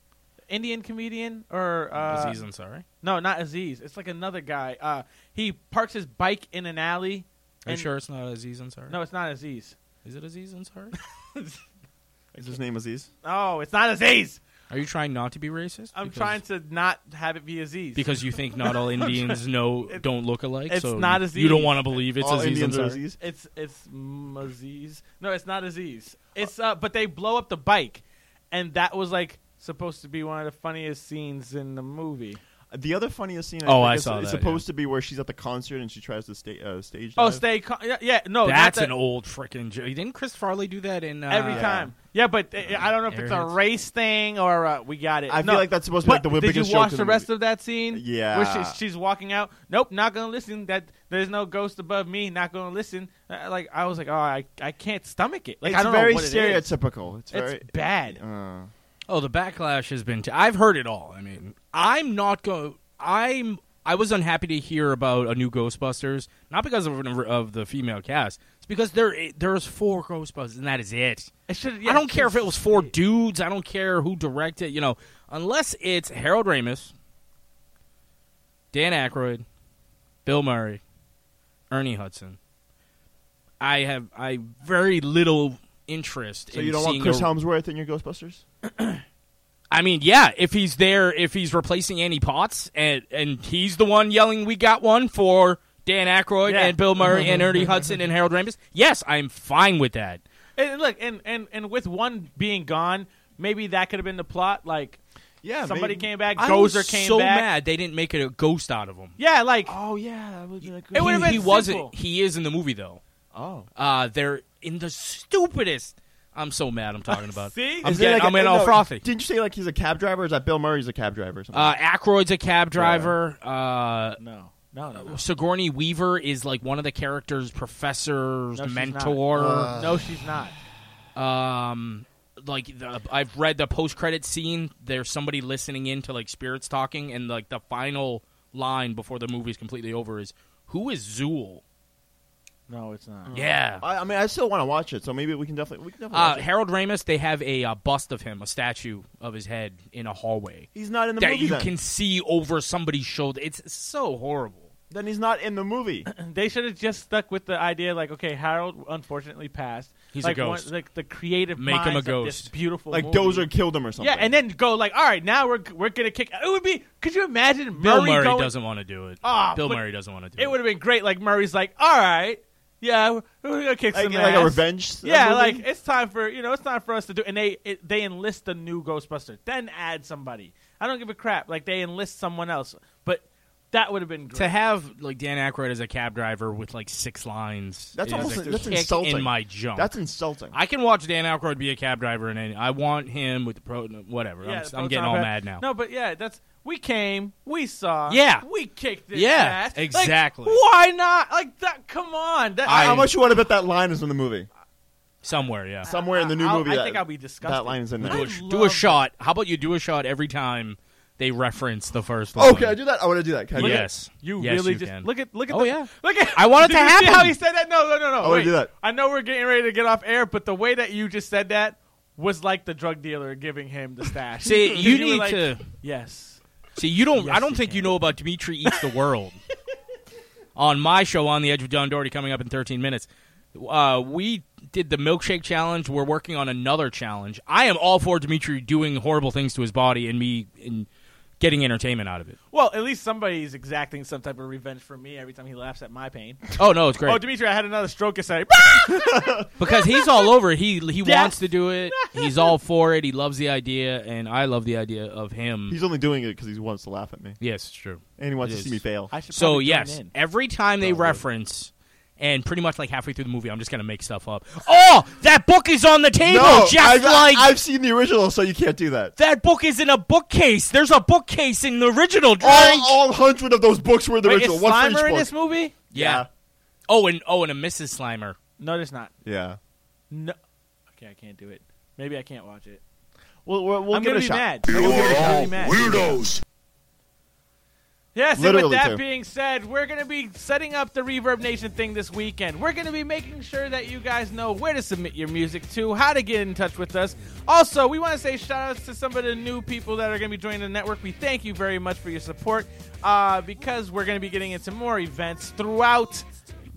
Indian comedian or uh,
Aziz Ansari.
No, not Aziz. It's like another guy. Uh, he parks his bike in an alley.
Are you
and-
sure it's not Aziz Ansari?
No, it's not Aziz.
Is it Aziz Ansari?
Is his name Aziz?
No, it's not Aziz.
Are you trying not to be racist?
I'm
Because-
trying to not have it be Aziz.
because you think not all Indians know don't look alike.
it's
so
not
you-
Aziz.
You don't want to believe it's
All
Aziz
Indians are
Ansari.
Aziz.
it's it's mm, Aziz. No, it's not Aziz. It's uh, but they blow up the bike, and that was like supposed to be one of the funniest scenes in the movie.
The other funniest scene. I
Oh,
think
I
is,
saw
is
that,
supposed to be where she's at the concert and she tries to sta- uh, stage.
Oh,
dive.
stay. Con- yeah, yeah, no, not
Oh, That's
that-
an old freaking joke. Didn't Chris Farley do that in uh,
every
Yeah.
time. Yeah, but uh, I don't know if it's a
Airheads.
race thing or uh, we got it.
I feel
No,
like that's supposed to be
but
like the wi-
did
biggest
you
joke
watch
in the
the rest
movie.
of that scene?
Yeah.
where she's, she's walking out. Nope, not gonna listen. That there's no ghost above me. Not gonna listen. Uh, like I was like, oh, I, I can't stomach it. Like
it's
I don't
very
know what It is.
stereotypical. It's,
It's
very
bad.
Uh,
Oh, the backlash has been. T- I've heard it all. I mean, I'm not go. I'm. I was unhappy to hear about a new Ghostbusters, not because of of the female cast. It's because there there's four Ghostbusters, and that is it.
It should. Yeah,
I don't care if it was four dudes. I don't care who directed. You know, unless it's Harold Ramis, Dan Aykroyd, Bill Murray, Ernie Hudson. I have I very little interest.
so
in
you don't want
seeing
Chris
a-
Helmsworth in your Ghostbusters?
I mean, yeah, if he's there, if he's replacing Annie Potts, and and he's the one yelling, "We got one for Dan Aykroyd
Yeah.
and Bill Murray and Ernie Hudson and Harold Ramis." Yes, I'm fine with that.
And look, and and and with one being gone, maybe that could have been the plot. Like Yeah, somebody
maybe.
came back.
I
Gozer
was
came
so
back.
mad they didn't make it a ghost out of him.
Yeah, like oh yeah, that would be like it
he,
would have been
he
simple.
wasn't. He is in the movie though.
Oh,
uh, they're in the stupidest. I'm so mad. I'm talking about.
See?
I'm
Is there
getting.
like
I'm in
a-
all
no,
frothy.
Didn't you say like he's a cab driver? Or is that Bill Murray's a cab driver? Or something?
Uh, Aykroyd's a cab driver. Uh,
no. No, no,
Sigourney Weaver is like one of the characters' professor's
No, she's not.
mentor.
Uh. No, she's not.
Um, like the, I've read the post-credit scene. There's somebody listening in to like spirits talking, and like the final line before the movie's completely over is, "Who is Zool?"
No, it's not.
Yeah.
I, I mean, I still want to watch it, so maybe we can definitely. We can definitely
Uh,
watch it.
Harold Ramis, they have a uh, bust of him, a statue of his head in a hallway.
He's not in the
that
movie,
you
then.
can see over somebody's shoulder. It's so horrible.
Then he's not in the movie.
they should have just stuck with the idea, like, okay, Harold unfortunately passed.
He's a
like,
ghost.
One, like the creative,
Make him a
minds of this
ghost.
beautiful,
Like
movie.
Dozer killed him or something.
Yeah, and then go like, all right, now we're we're gonna kick. It would be. Could you imagine
Bill
Murray,
Murray
going-
doesn't want to do it.
Ah,
Bill
but
Murray doesn't want to do
It would have been great. Like Murray's like, all right, yeah, we're, we're gonna kick
Like-
some
like a
ass."
revenge, uh,
Yeah,
movie?
like it's time for you know it's time for us to do. And they it, they enlist the new Ghostbuster, then add somebody. I don't give a crap. Like they enlist someone else, but that would have been
it.
great.
To have like Dan Aykroyd as a cab driver with like six lines.
That's
is
almost-
a
that's
kick
insulting.
In my junk.
That's insulting.
I can watch Dan Aykroyd be a cab driver, and any- I want him with the pro. Whatever.
Yeah,
I'm,
the
I'm getting
proton
all
pack.
mad now.
No, but yeah, that's we came, we saw,
Yeah.
we kicked this
Yeah,
ass. Like,
exactly.
why not? Like that? Come on. That,
How much you want to bet that line is in the movie?
Somewhere, yeah.
Somewhere in the new
I'll-
movie.
I
that-
think I'll be disgusted.
That line's in there.
Do a, sh- do a shot. How about you do a shot every time they reference the first
Oh,
line?
can I do that? I want to do that. Can I do that?
yes.
You
Yes,
really
you
just
can.
look at look at
Oh,
the,
yeah.
look at
I want it
Did
to
you see
happen.
how he said that? No, no, no, no.
I wanna
wait.
do that.
I know we're getting ready to get off air, but the way that you just said that was like the drug dealer giving him the stash.
See,
'Cause
you
were
need
like,
to.
Yes.
See, you don't. I don't think you know about Dimitri eats the world. on my show, on the edge of Don Doherty, coming up in 13 minutes, uh, we did the milkshake challenge. We're working on another challenge. I am all for Dimitri doing horrible things to his body and me and getting entertainment out of it.
Well, at least somebody's exacting some type of revenge from me every time he laughs at my pain.
Oh no, it's great
Oh, Dimitri, I had another stroke yesterday. Ah!
because he's all over. it. He he
Yes.
wants to do it. He's all for it. He loves the idea, and I love the idea of him.
He's only doing it because he wants to laugh at me.
Yes, it's true.
And he wants
It
to see
is.
me fail.
So yes, every time they reference, and pretty much like halfway through the movie, I'm just gonna make stuff up. Oh, that book is on the table,
no,
just
I've,
like
I've seen the original, so you can't do that.
that book is in a bookcase. There's a bookcase in the original.
All,
Drake.
all hundred of those books were in the
Wait,
original.
is
One for
Slimer
each
in
book.
this
movie?
yeah. Oh, and oh, and a Mrs. Slimer.
No, there's not.
Yeah.
No. Okay, I can't do it. Maybe I can't watch it.
We'll, we'll,
I'm
give it
gonna
a
be
shot.
mad. You We'll give it a are shot. I'll be all mad. weirdos. Yes, and
Literally,
with that
too.
being said, we're going to be setting up the Reverb Nation thing this weekend. We're going to be making sure that you guys know where to submit your music to, how to get in touch with us. Also, we want to say shout outs to some of the new people that are going to be joining the network. We thank you very much for your support uh, because we're going to be getting into more events throughout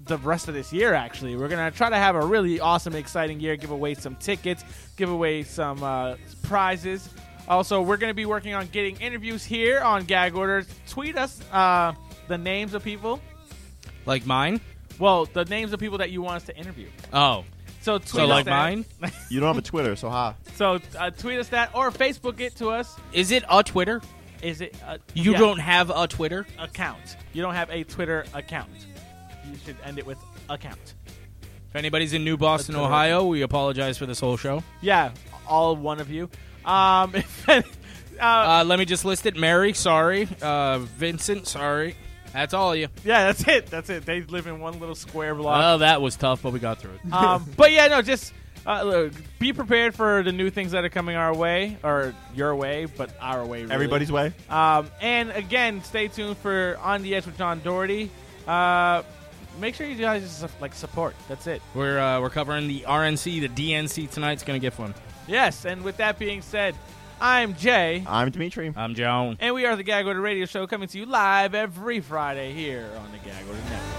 the rest of this year actually we're gonna try to have a really awesome exciting year give away some tickets give away some uh, prizes also we're gonna be working on getting interviews here on gag orders tweet us uh, the names of people
Like mine.
well the names of people that you want us to interview
Oh,
so tweet
so
us
like
that.
mine.
You don't have a Twitter, so ha.
so uh, tweet us that or facebook it to us
Is it a Twitter?
is it uh,
You
yeah,
don't have a Twitter.
account you don't have a twitter account you should end it with account
If anybody's in New Boston,
Twitter.
Ohio, we apologize for this whole show.
yeah all one of you um, if any- uh,
Uh, let me just list it. Mary, sorry. Uh, Vincent, sorry. That's all of you.
Yeah, that's it. That's it. They live in one little square
Well,
block.
that was tough, but we got through it.
um, but yeah, no, just uh, look, be prepared for the new things that are coming our way, or your way, but our way. Really.
Everybody's way.
Um, and again, stay tuned for On the Edge with John Doherty. Uh, make sure you guys just uh, like support. That's it.
we're uh, we're covering the RNC, the DNC tonight. It's gonna get fun.
Yes. And with that being said, I'm Jay,
I'm Dimitri.
I'm Joan.
and we are the Gag Order Radio Show, coming to you live every Friday here on the Gag Order Network.